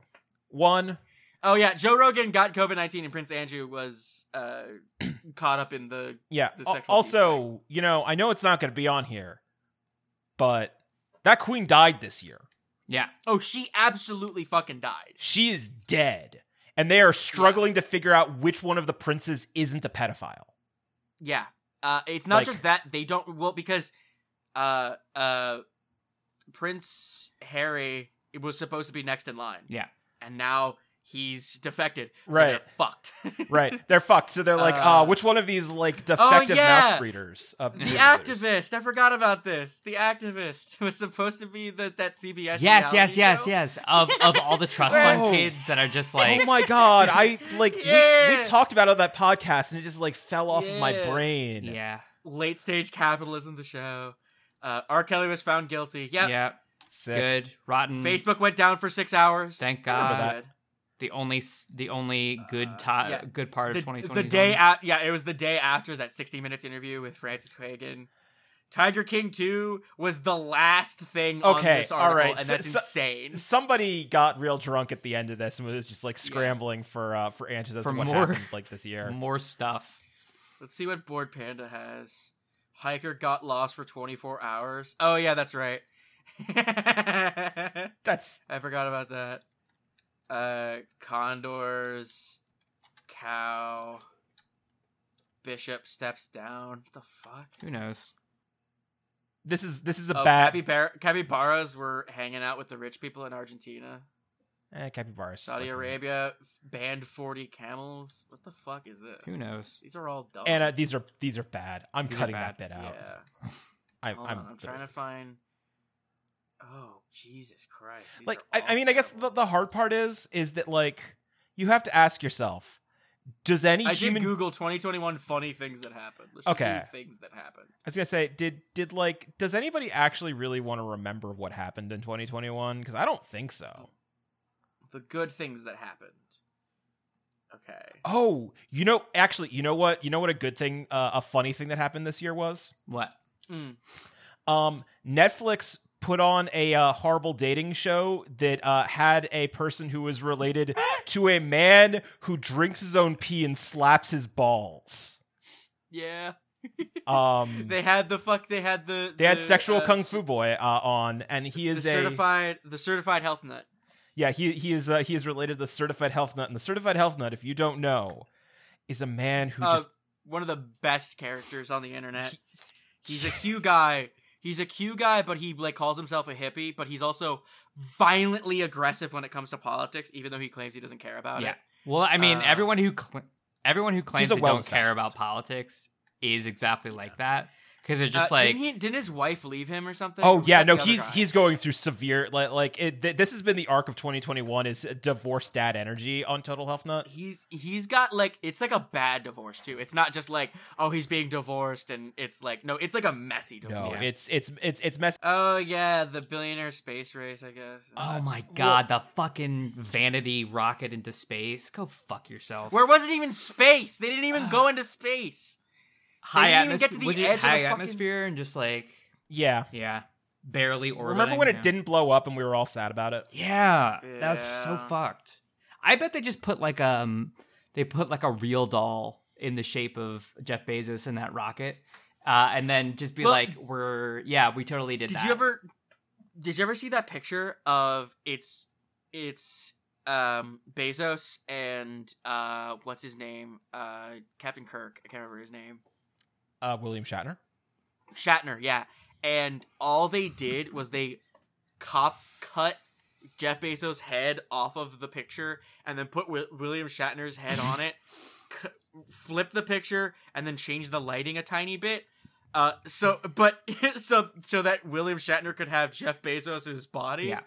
Speaker 3: One,
Speaker 4: Oh yeah, Joe Rogan got COVID nineteen, and Prince Andrew was uh, caught up in the.
Speaker 3: yeah.
Speaker 4: The sexual
Speaker 3: Al-
Speaker 4: abuse
Speaker 3: also, you know, I know it's not going to be on here, but that queen died this year.
Speaker 2: Yeah.
Speaker 4: Oh, she absolutely fucking died.
Speaker 3: She is dead, and they are struggling to figure out which one of the princes isn't a pedophile.
Speaker 4: Yeah, uh, it's not
Speaker 3: Like-
Speaker 4: just that they don't. Well, because uh, uh, Prince Harry was supposed to be next in line.
Speaker 2: Yeah.
Speaker 4: and now he's defected. So
Speaker 3: Right.
Speaker 4: they're fucked.
Speaker 3: Right? They're fucked. So they're like,
Speaker 4: Uh, Oh,
Speaker 3: uh, which one of these like defective
Speaker 4: yeah.
Speaker 3: mouth breeders? Uh,
Speaker 4: The
Speaker 3: breeders?"
Speaker 4: activist. I forgot about this. The activist was supposed to be the, that CBS.
Speaker 2: Yes. Yes.
Speaker 4: reality
Speaker 2: Yes.
Speaker 4: show.
Speaker 2: Yes. Of of all the trust fund
Speaker 3: Whoa.
Speaker 2: kids that are just
Speaker 3: oh
Speaker 2: like
Speaker 3: my god! I like we,
Speaker 4: Yeah.
Speaker 3: we talked about it on that podcast, and it just like fell off of my
Speaker 4: Yeah.
Speaker 3: brain.
Speaker 2: yeah
Speaker 4: late stage capitalism the show uh, r kelly was found guilty yep.
Speaker 2: yeah
Speaker 3: Sick.
Speaker 2: good
Speaker 3: Mm.
Speaker 2: rotten
Speaker 4: facebook went down for six hours
Speaker 2: Thank
Speaker 4: That was
Speaker 3: God.
Speaker 4: good.
Speaker 2: the only s- the only good ti
Speaker 4: Uh, yeah.
Speaker 2: good part of
Speaker 4: the,
Speaker 2: 2020
Speaker 4: the day out yeah it was the day after that 60 minutes interview with francis Hagen. tiger king 2 was the last thing on
Speaker 3: Okay,
Speaker 4: this
Speaker 3: all
Speaker 4: article
Speaker 3: right,
Speaker 4: and
Speaker 3: so-
Speaker 4: that's
Speaker 3: so-
Speaker 4: insane
Speaker 3: somebody got real drunk at the end of this and was just like scrambling for uh, for answers as
Speaker 2: For
Speaker 3: to what
Speaker 2: more.
Speaker 3: happened like this year.
Speaker 2: more stuff
Speaker 4: let's see what board panda has hiker got lost for 24 hours oh yeah that's right
Speaker 3: That's
Speaker 4: I forgot about that. Uh, condors, cow, bishop steps down. The fuck?
Speaker 2: who knows
Speaker 3: this is this is a
Speaker 4: Oh,
Speaker 3: bad
Speaker 4: capybar- capybaras were hanging out with the rich people in Argentina.
Speaker 3: eh, capybara. is just
Speaker 4: Saudi
Speaker 3: like-
Speaker 4: Arabia banned 40 camels. What the fuck is this?
Speaker 2: who knows
Speaker 4: These are all dumb.
Speaker 3: And uh, these are these are bad. I'm
Speaker 2: These are
Speaker 3: cutting
Speaker 2: bad.
Speaker 3: that bit
Speaker 4: yeah.
Speaker 3: out. I,
Speaker 4: Hold
Speaker 3: I'm,
Speaker 4: on, I'm trying to find. Oh Jesus Christ! These
Speaker 3: like.
Speaker 4: are
Speaker 3: I,
Speaker 4: all
Speaker 3: I mean, I guess the,
Speaker 4: terrible.
Speaker 3: the hard part is is that like you have to ask yourself, does any
Speaker 4: I did
Speaker 3: human?
Speaker 4: Google 2021 funny things that happened. Let's just
Speaker 3: Okay.
Speaker 4: do things that happened.
Speaker 3: I was gonna say, did did like does anybody actually really want to remember what happened in 2021? Because I don't think so.
Speaker 4: the good things that happened. Okay.
Speaker 3: Oh, you know, actually, you know what? You know what a good thing, uh, a funny thing that happened this year was?
Speaker 2: what
Speaker 4: Mm.
Speaker 3: Um, Netflix put on a uh, horrible dating show that uh, had a person who was related to a man who drinks his own pee and slaps his balls.
Speaker 4: Yeah.
Speaker 3: Um, they,
Speaker 4: They had the fuck. They had the.
Speaker 3: had
Speaker 4: the,
Speaker 3: sexual
Speaker 4: uh,
Speaker 3: kung
Speaker 4: s-
Speaker 3: fu boy uh, on, and he
Speaker 4: the
Speaker 3: is a
Speaker 4: certified. The certified health nut.
Speaker 3: yeah he he is uh, he is related to the certified health nut, and the certified health nut, if you don't know, is a man who
Speaker 4: Uh,
Speaker 3: just
Speaker 4: One of the best characters on the internet. He's a Q guy. He's a Q guy, but he like calls himself a hippie. But he's also violently aggressive when it comes to politics, even though he claims he doesn't care about
Speaker 2: yeah.
Speaker 4: it.
Speaker 2: Well, I mean,
Speaker 4: Uh,
Speaker 2: everyone who cl- everyone who claims
Speaker 3: a
Speaker 2: they don't care
Speaker 3: well-established-
Speaker 2: about politics is exactly like that because they're just
Speaker 4: Uh,
Speaker 2: like
Speaker 4: didn't, he, didn't his wife leave him or something? Or
Speaker 3: Oh
Speaker 4: was
Speaker 3: yeah,
Speaker 4: that
Speaker 3: no,
Speaker 4: the other
Speaker 3: he's
Speaker 4: guy?
Speaker 3: he's going through severe like like it, th- this has been the arc of 2021 is divorce dad energy on Total Health Nut.
Speaker 4: he's he's got like it's like a bad divorce too. It's not just like oh he's being divorced and it's like no, it's like a messy divorce.
Speaker 3: No,
Speaker 2: Yes.
Speaker 3: it's it's it's it's messy.
Speaker 4: Oh yeah, the billionaire space race, I guess.
Speaker 2: Oh my god, the fucking vanity rocket into space. Go fuck yourself.
Speaker 4: Where it wasn't even space. They didn't even go into space.
Speaker 2: high
Speaker 4: didn't even get
Speaker 2: atmos-
Speaker 4: to the
Speaker 2: was it
Speaker 4: edge of the
Speaker 2: high
Speaker 4: fucking-
Speaker 2: atmosphere and just like
Speaker 3: Yeah.
Speaker 2: yeah, barely orbiting.
Speaker 3: Remember when it
Speaker 2: yeah.
Speaker 3: didn't blow up and we were all sad about it?
Speaker 2: Yeah, that was so
Speaker 4: Yeah.
Speaker 2: fucked. I bet they just put like um they put like a real doll in the shape of Jeff Bezos in that rocket. Uh, and then just be
Speaker 4: Well-
Speaker 2: like, we're yeah, we totally did,
Speaker 4: Did
Speaker 2: that.
Speaker 4: you ever did you ever see that picture of it's it's um Bezos and uh what's his name? Uh Captain Kirk. I can't remember his name.
Speaker 3: Uh, William Shatner.
Speaker 4: Shatner, yeah. And all they did was they cop cut Jeff Bezos' head off of the picture and then put Wi- William Shatner's head on it, c- flip the picture, and then change the lighting a tiny bit. Uh, so but so so that William Shatner could have Jeff Bezos's body.
Speaker 2: Yeah.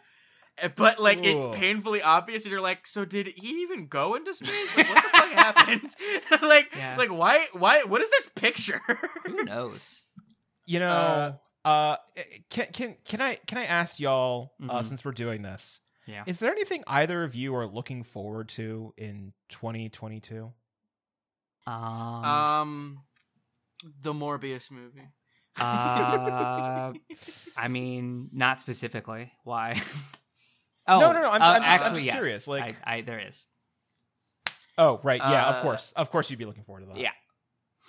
Speaker 4: Uh, But like
Speaker 3: Ooh.
Speaker 4: it's painfully obvious, and you're like, so did he even go into space? Like, what the fuck happened? like
Speaker 2: Yeah.
Speaker 4: like why why what is this picture?
Speaker 2: Who knows?
Speaker 3: You know,
Speaker 4: Oh.
Speaker 3: uh, can can can I can I ask y'all uh,
Speaker 4: Mm-hmm.
Speaker 2: Mhm.
Speaker 3: since we're doing this?
Speaker 2: Yeah.
Speaker 3: Is there anything either of you are looking forward to in 2022?
Speaker 2: Um,
Speaker 4: Um, the Morbius movie.
Speaker 2: uh, I mean, not specifically. Why? oh
Speaker 3: no, no,
Speaker 2: uh,
Speaker 3: I'm- I'm just-
Speaker 4: I'm
Speaker 2: actually,
Speaker 3: just
Speaker 2: yes.
Speaker 3: curious, like-
Speaker 2: I, I, there is.
Speaker 3: Oh, right. Yeah, of
Speaker 4: Uh,
Speaker 3: course. Of course you'd be looking forward to that.
Speaker 2: Yeah.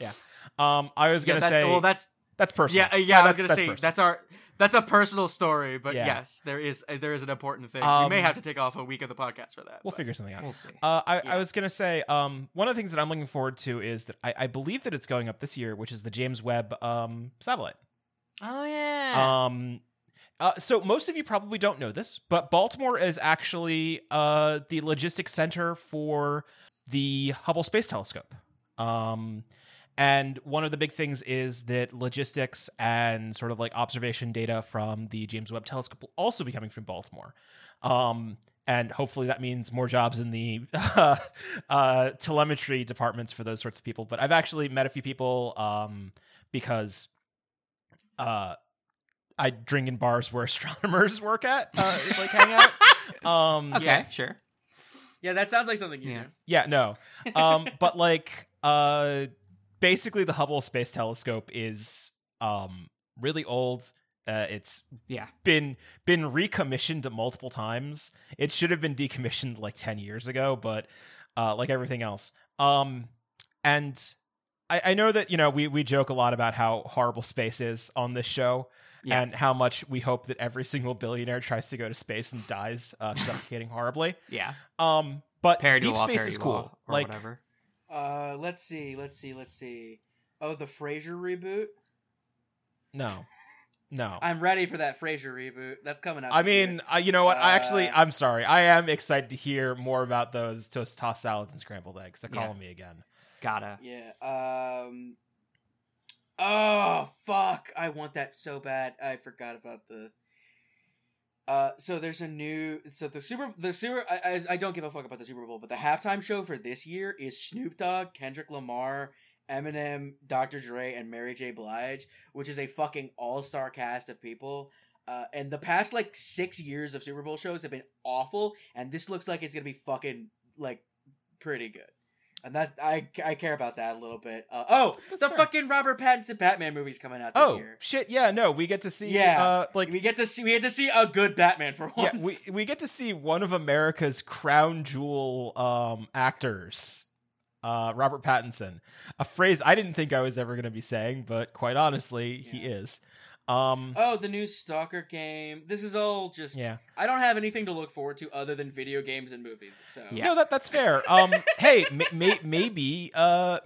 Speaker 3: Yeah. Um I was
Speaker 4: yeah,
Speaker 3: going to
Speaker 4: that's,
Speaker 3: say
Speaker 4: well, that's
Speaker 3: that's personal.
Speaker 4: yeah, uh, yeah. I was
Speaker 3: that's
Speaker 4: gonna
Speaker 3: that's
Speaker 4: say
Speaker 3: personal.
Speaker 4: that's our that's a personal story, but
Speaker 3: Yeah.
Speaker 4: yes, there is uh, there is an important thing. we may
Speaker 3: Um,
Speaker 4: have to take off a week of the podcast for that.
Speaker 3: We'll
Speaker 4: but-
Speaker 3: figure something out.
Speaker 2: We'll see.
Speaker 3: Uh, I,
Speaker 4: Yeah.
Speaker 3: I was gonna say um, one of the things that I'm looking forward to is that I, I believe that it's going up this year, which is the James Webb um, satellite.
Speaker 4: Oh yeah.
Speaker 3: Um, uh, so most of you probably don't know this, but Baltimore is actually uh, the logistics center for the Hubble Space Telescope. Um, and one of the big things is that logistics and sort of like observation data from the James Webb Telescope will also be coming from Baltimore. Um, and hopefully that means more jobs in the uh, telemetry departments for those sorts of people. But I've actually met a few people um, because uh, I drink in bars where astronomers work at, uh, like hang out. Um,
Speaker 2: Okay,
Speaker 4: yeah.
Speaker 2: sure.
Speaker 4: yeah, that sounds like something you
Speaker 2: Yeah.
Speaker 4: do.
Speaker 3: yeah, no. Um, but like, uh, basically, the Hubble Space Telescope is um really old. Uh, it's
Speaker 2: Yeah.
Speaker 3: been been recommissioned multiple times. It should have been decommissioned like ten years ago, but uh, like everything else. Um, and I, I know that you know we we joke a lot about how horrible space is on this show.
Speaker 2: Yeah.
Speaker 3: And how much we hope that every single billionaire tries to go to space and dies uh, suffocating horribly.
Speaker 2: Yeah.
Speaker 3: Um, but
Speaker 2: Parody
Speaker 3: deep
Speaker 2: law,
Speaker 3: space
Speaker 2: parody
Speaker 3: is cool.
Speaker 2: law, or
Speaker 3: like,
Speaker 2: whatever.
Speaker 1: Uh, let's see, let's see, let's see. Oh, the Frasier reboot.
Speaker 3: no, no. i
Speaker 1: I'm ready for that Frasier reboot. That's coming up. this
Speaker 3: mean,
Speaker 1: year.
Speaker 3: I, you know what? I actually,
Speaker 1: Uh,
Speaker 3: I'm sorry. I am excited to hear more about those toast, tossed salads and scrambled eggs. They're
Speaker 2: Yeah.
Speaker 3: calling me again.
Speaker 2: Gotta.
Speaker 1: yeah. Um. Oh fuck! I want that so bad. I forgot about the. Uh, so there's a new so the super the super I, I, I don't give a fuck about the Super Bowl, but the halftime show for this year is Snoop Dogg, Kendrick Lamar, Eminem, Dr. Dre, and Mary J. Blige, which is a fucking all star cast of people. Uh, and the past like six years of Super Bowl shows have been awful, and this looks like it's gonna be fucking like pretty good. And that I, I care about that a little bit. Uh, oh,
Speaker 3: That's
Speaker 1: the
Speaker 3: fair.
Speaker 1: fucking Robert Pattinson Batman movie's coming out this
Speaker 3: Oh
Speaker 1: year.
Speaker 3: shit! Yeah, no, we get to see.
Speaker 1: Yeah.
Speaker 3: uh, like
Speaker 1: we get to see we get to see a good Batman for once.
Speaker 3: yeah, we we get to see one of America's crown jewel um actors, uh, Robert Pattinson. A phrase I didn't think I was ever going to be saying, but quite honestly, he
Speaker 1: Yeah.
Speaker 3: is. Um,
Speaker 1: Oh, the new Stalker game. This is all just.
Speaker 3: Yeah.
Speaker 1: I don't have anything to look forward to other than video games and movies. So
Speaker 2: Yeah.
Speaker 3: No, that that's fair. Um, hey, m- may- maybe uh,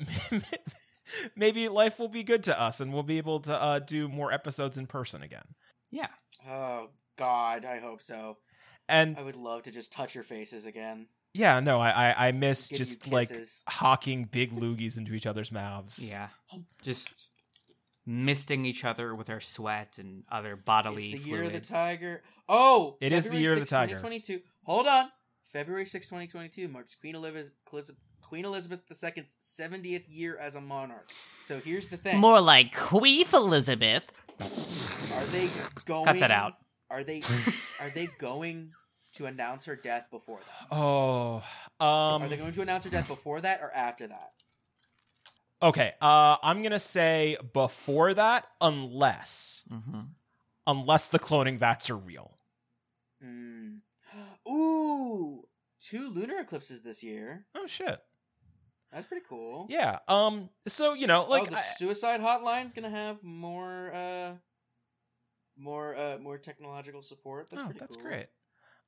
Speaker 3: maybe life will be good to us, and we'll be able to uh, do more episodes in person again.
Speaker 1: Oh God, I hope so.
Speaker 3: And
Speaker 4: I would love to just touch your faces again.
Speaker 3: yeah, no, I I, I miss
Speaker 4: give you
Speaker 3: just like
Speaker 4: kisses.
Speaker 3: hawking big loogies into each other's mouths.
Speaker 2: Yeah. Just misting each other with our sweat and other bodily
Speaker 4: it's the year
Speaker 2: fluids.
Speaker 4: of the tiger. Oh,
Speaker 3: It is the
Speaker 4: February
Speaker 3: year of the
Speaker 4: 6th,
Speaker 3: tiger.
Speaker 4: 2022. Hold on. February 6, 2022 marks Queen Elizabeth, Queen Elizabeth II's 70th year as a monarch. So here's the thing.
Speaker 6: More like Queef Elizabeth.
Speaker 4: are they going
Speaker 2: Cut that out.
Speaker 4: Are they are they going to announce her death before that?
Speaker 3: Oh. Um
Speaker 4: are they going to announce her death before that or after that?
Speaker 3: Okay, uh I'm going to say before that unless
Speaker 2: hmm
Speaker 3: unless the cloning vats are real.
Speaker 4: Mm. Ooh, two lunar eclipses this year.
Speaker 3: Oh shit.
Speaker 4: That's pretty cool.
Speaker 3: Yeah. Um so you know,
Speaker 4: Oh,
Speaker 3: like
Speaker 4: the
Speaker 3: I-
Speaker 4: suicide hotline's gonna have more uh more uh more technological support. That's
Speaker 3: oh,
Speaker 4: pretty
Speaker 3: that's
Speaker 4: cool.
Speaker 3: great.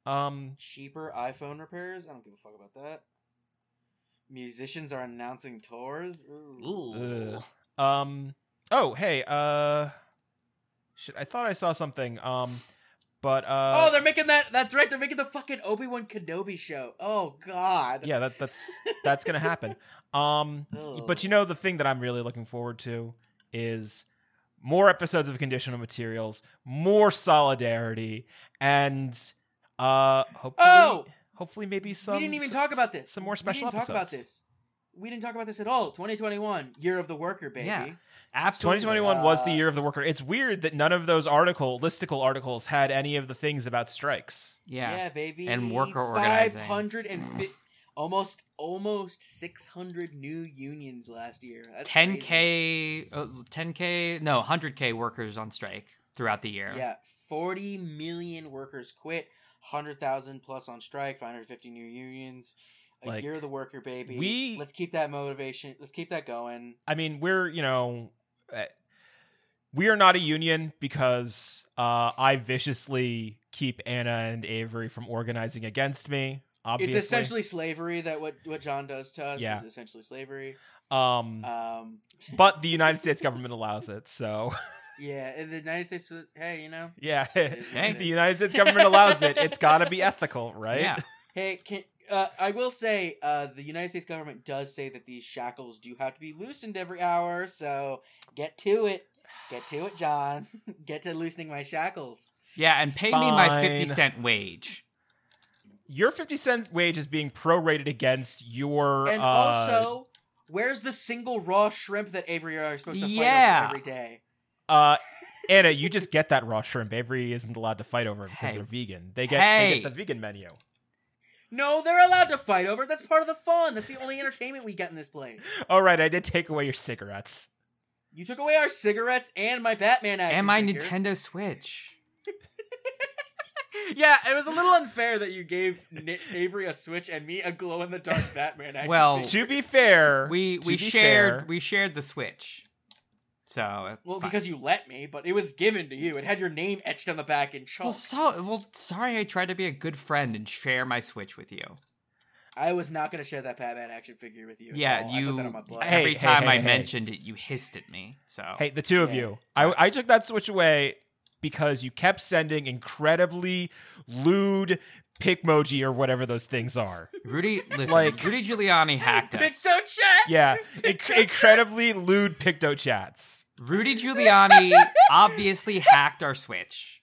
Speaker 3: Um
Speaker 4: Cheaper iPhone repairs. I don't give a fuck about that. Musicians are announcing tours. Ooh.
Speaker 3: Ugh. Um. Oh, hey. Uh. Shit. I thought I saw something. Um. But uh.
Speaker 4: oh, they're making that. That's right. They're making the fucking Obi Wan Kenobi show. Oh God.
Speaker 3: yeah. That that's that's gonna happen. Um. But you know the thing that I'm really looking forward to is more episodes of Conditional Materials, more solidarity, and uh. Hopefully,
Speaker 4: Oh!
Speaker 3: hopefully maybe some.
Speaker 4: we didn't even
Speaker 3: some-
Speaker 4: talk about this.
Speaker 3: Some more special
Speaker 4: we didn't
Speaker 3: episodes.
Speaker 4: talk about this. We didn't talk about this at all. 2021, year of the worker, baby.
Speaker 2: Yeah. Absolutely.
Speaker 3: 2021 was the
Speaker 4: Uh,
Speaker 3: year of the worker. It's weird that none of those article listicle articles had any of the things about strikes.
Speaker 2: Yeah.
Speaker 4: baby.
Speaker 2: And worker organizing.
Speaker 4: Five hundred and fi- almost almost six hundred new unions last year. That's
Speaker 2: 10k, uh, 10k, no, 100k workers on strike throughout the year.
Speaker 4: crazy. Yeah, forty million workers quit. Hundred thousand plus on strike. Five hundred fifty new unions. A
Speaker 3: Like,
Speaker 4: year of the worker, baby.
Speaker 3: we-
Speaker 4: let's keep that motivation. Let's keep that going.
Speaker 3: I mean, we're you know, eh, we are not a union because uh, I viciously keep Anna and Avery from organizing against me. Obviously,
Speaker 4: It's essentially slavery that what what John does to us
Speaker 3: Yeah.
Speaker 4: is essentially slavery.
Speaker 3: um,
Speaker 4: Um,
Speaker 3: but the United States government allows it. So
Speaker 4: yeah, and the United States. was- Hey, you know,
Speaker 3: yeah,
Speaker 4: Hey.
Speaker 3: if the United States government allows it, it's got to be ethical, right?
Speaker 2: Yeah.
Speaker 4: Hey, can uh, I will say uh, the United States government does say that these shackles do have to be loosened every hour, so get to it. Get to it, John. get to loosening my shackles.
Speaker 2: Yeah, and pay me my 50
Speaker 3: Fine.
Speaker 2: cent wage.
Speaker 3: Your fifty cent wage is being prorated against your
Speaker 4: And
Speaker 3: uh,
Speaker 4: also, where's the single raw shrimp that Avery are supposed to fight over
Speaker 2: Yeah.
Speaker 4: every day?
Speaker 3: Uh, Anna, you just get that raw shrimp. Avery isn't allowed to fight over it because
Speaker 2: Hey.
Speaker 3: they're vegan. They get they
Speaker 2: Hey.
Speaker 3: get the vegan menu.
Speaker 4: No, they're allowed to fight over it. That's part of the fun. That's the only entertainment we get in this place.
Speaker 3: All right, I did take away your cigarettes.
Speaker 4: You took away our cigarettes and my Batman action
Speaker 2: and my
Speaker 4: figure.
Speaker 2: Nintendo Switch.
Speaker 4: Yeah, it was a little unfair that you gave Ni- Avery a Switch and me a glow in the dark Batman action
Speaker 2: Well,
Speaker 4: figure.
Speaker 3: To be fair,
Speaker 2: We
Speaker 3: to
Speaker 2: we
Speaker 3: be
Speaker 2: shared
Speaker 3: fair-
Speaker 2: we shared the Switch. So uh,
Speaker 4: Well,
Speaker 2: fine.
Speaker 4: because you let me, but it was given to you. It had your name etched on the back in chalk.
Speaker 2: well, so well, sorry, I tried to be a good friend and share my Switch with you.
Speaker 4: I was not going to share that Batman action figure with you. at
Speaker 2: Yeah,
Speaker 4: all. I put
Speaker 2: you.
Speaker 4: that on my blog.
Speaker 3: Hey,
Speaker 2: every time
Speaker 3: hey,
Speaker 2: I
Speaker 3: hey.
Speaker 2: mentioned it, you hissed at me. So
Speaker 3: hey, the two of
Speaker 4: Yeah.
Speaker 3: you, I I took that switch away because you kept sending incredibly lewd Picmoji or whatever those things are.
Speaker 2: Rudy, listen,
Speaker 3: Like-
Speaker 2: Rudy Giuliani hacked
Speaker 4: Big
Speaker 2: us.
Speaker 4: so chat.
Speaker 3: Yeah, inc- incredibly lewd Picto chats.
Speaker 2: Rudy Giuliani obviously hacked our Switch.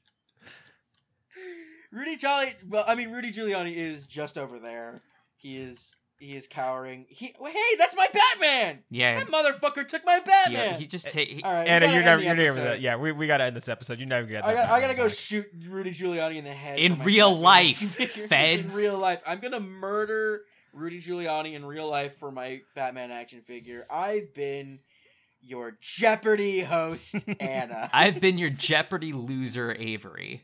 Speaker 4: Rudy Jolly. Well, I mean, Rudy Giuliani is just over there. He is. He is cowering. He. well, Hey, that's my Batman.
Speaker 2: Yeah,
Speaker 4: That motherfucker took my
Speaker 2: he,
Speaker 4: Batman.
Speaker 2: he just
Speaker 3: Eh,
Speaker 2: ta- he-
Speaker 4: all right,
Speaker 3: Anna,
Speaker 4: we
Speaker 3: you're
Speaker 4: gotta
Speaker 3: never
Speaker 4: end
Speaker 3: you're
Speaker 4: the
Speaker 3: never
Speaker 4: episode.
Speaker 3: that. Yeah, we we gotta end this episode. You never get that.
Speaker 4: I gotta, I gotta
Speaker 3: back.
Speaker 4: go shoot Rudy Giuliani in the head
Speaker 2: In
Speaker 4: for my
Speaker 2: real
Speaker 4: Batman
Speaker 2: life,
Speaker 4: action figure. In
Speaker 2: feds.
Speaker 4: real life, I'm gonna murder Rudy Giuliani in real life for my Batman action figure. I've been your Jeopardy host, Anna.
Speaker 2: I've been your Jeopardy loser, Avery.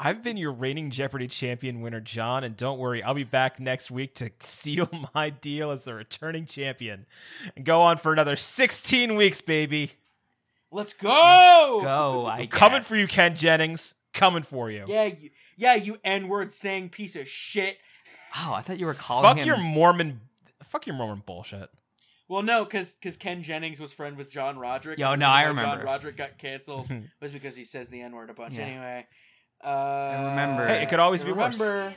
Speaker 3: I've been your reigning Jeopardy champion winner, John, and don't worry, I'll be back next week to seal my deal as the returning champion and go on for another 16 weeks, baby.
Speaker 4: Let's go.
Speaker 2: Go, I
Speaker 3: Oh, Coming
Speaker 2: guess.
Speaker 3: for you, Ken Jennings. Coming for you.
Speaker 4: Yeah, you, yeah, you N-word saying piece of shit.
Speaker 2: Oh, I thought you were calling
Speaker 3: Fuck
Speaker 2: him.
Speaker 3: your Mormon. Fuck your Mormon bullshit.
Speaker 4: Well, no, because Ken Jennings was friend with John Roderick.
Speaker 2: Yo,
Speaker 4: and the
Speaker 2: no, I
Speaker 4: reason why
Speaker 2: remember.
Speaker 4: John Roderick got canceled was because he says the N word a bunch.
Speaker 2: Yeah.
Speaker 4: Anyway, Uh,
Speaker 2: remember- Hey, it
Speaker 3: could always be worse.
Speaker 4: remember,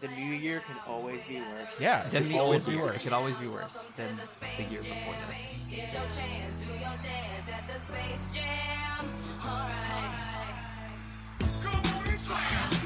Speaker 4: The new year can always be worse.
Speaker 3: Yeah.
Speaker 2: Then
Speaker 3: could
Speaker 2: the
Speaker 3: always
Speaker 2: old
Speaker 3: be
Speaker 2: year.
Speaker 3: worse.
Speaker 2: It could always be worse than the year before that.
Speaker 7: Here's your chance, do your dance at the Space Jam. Alright.
Speaker 8: Go, Marine Slayer!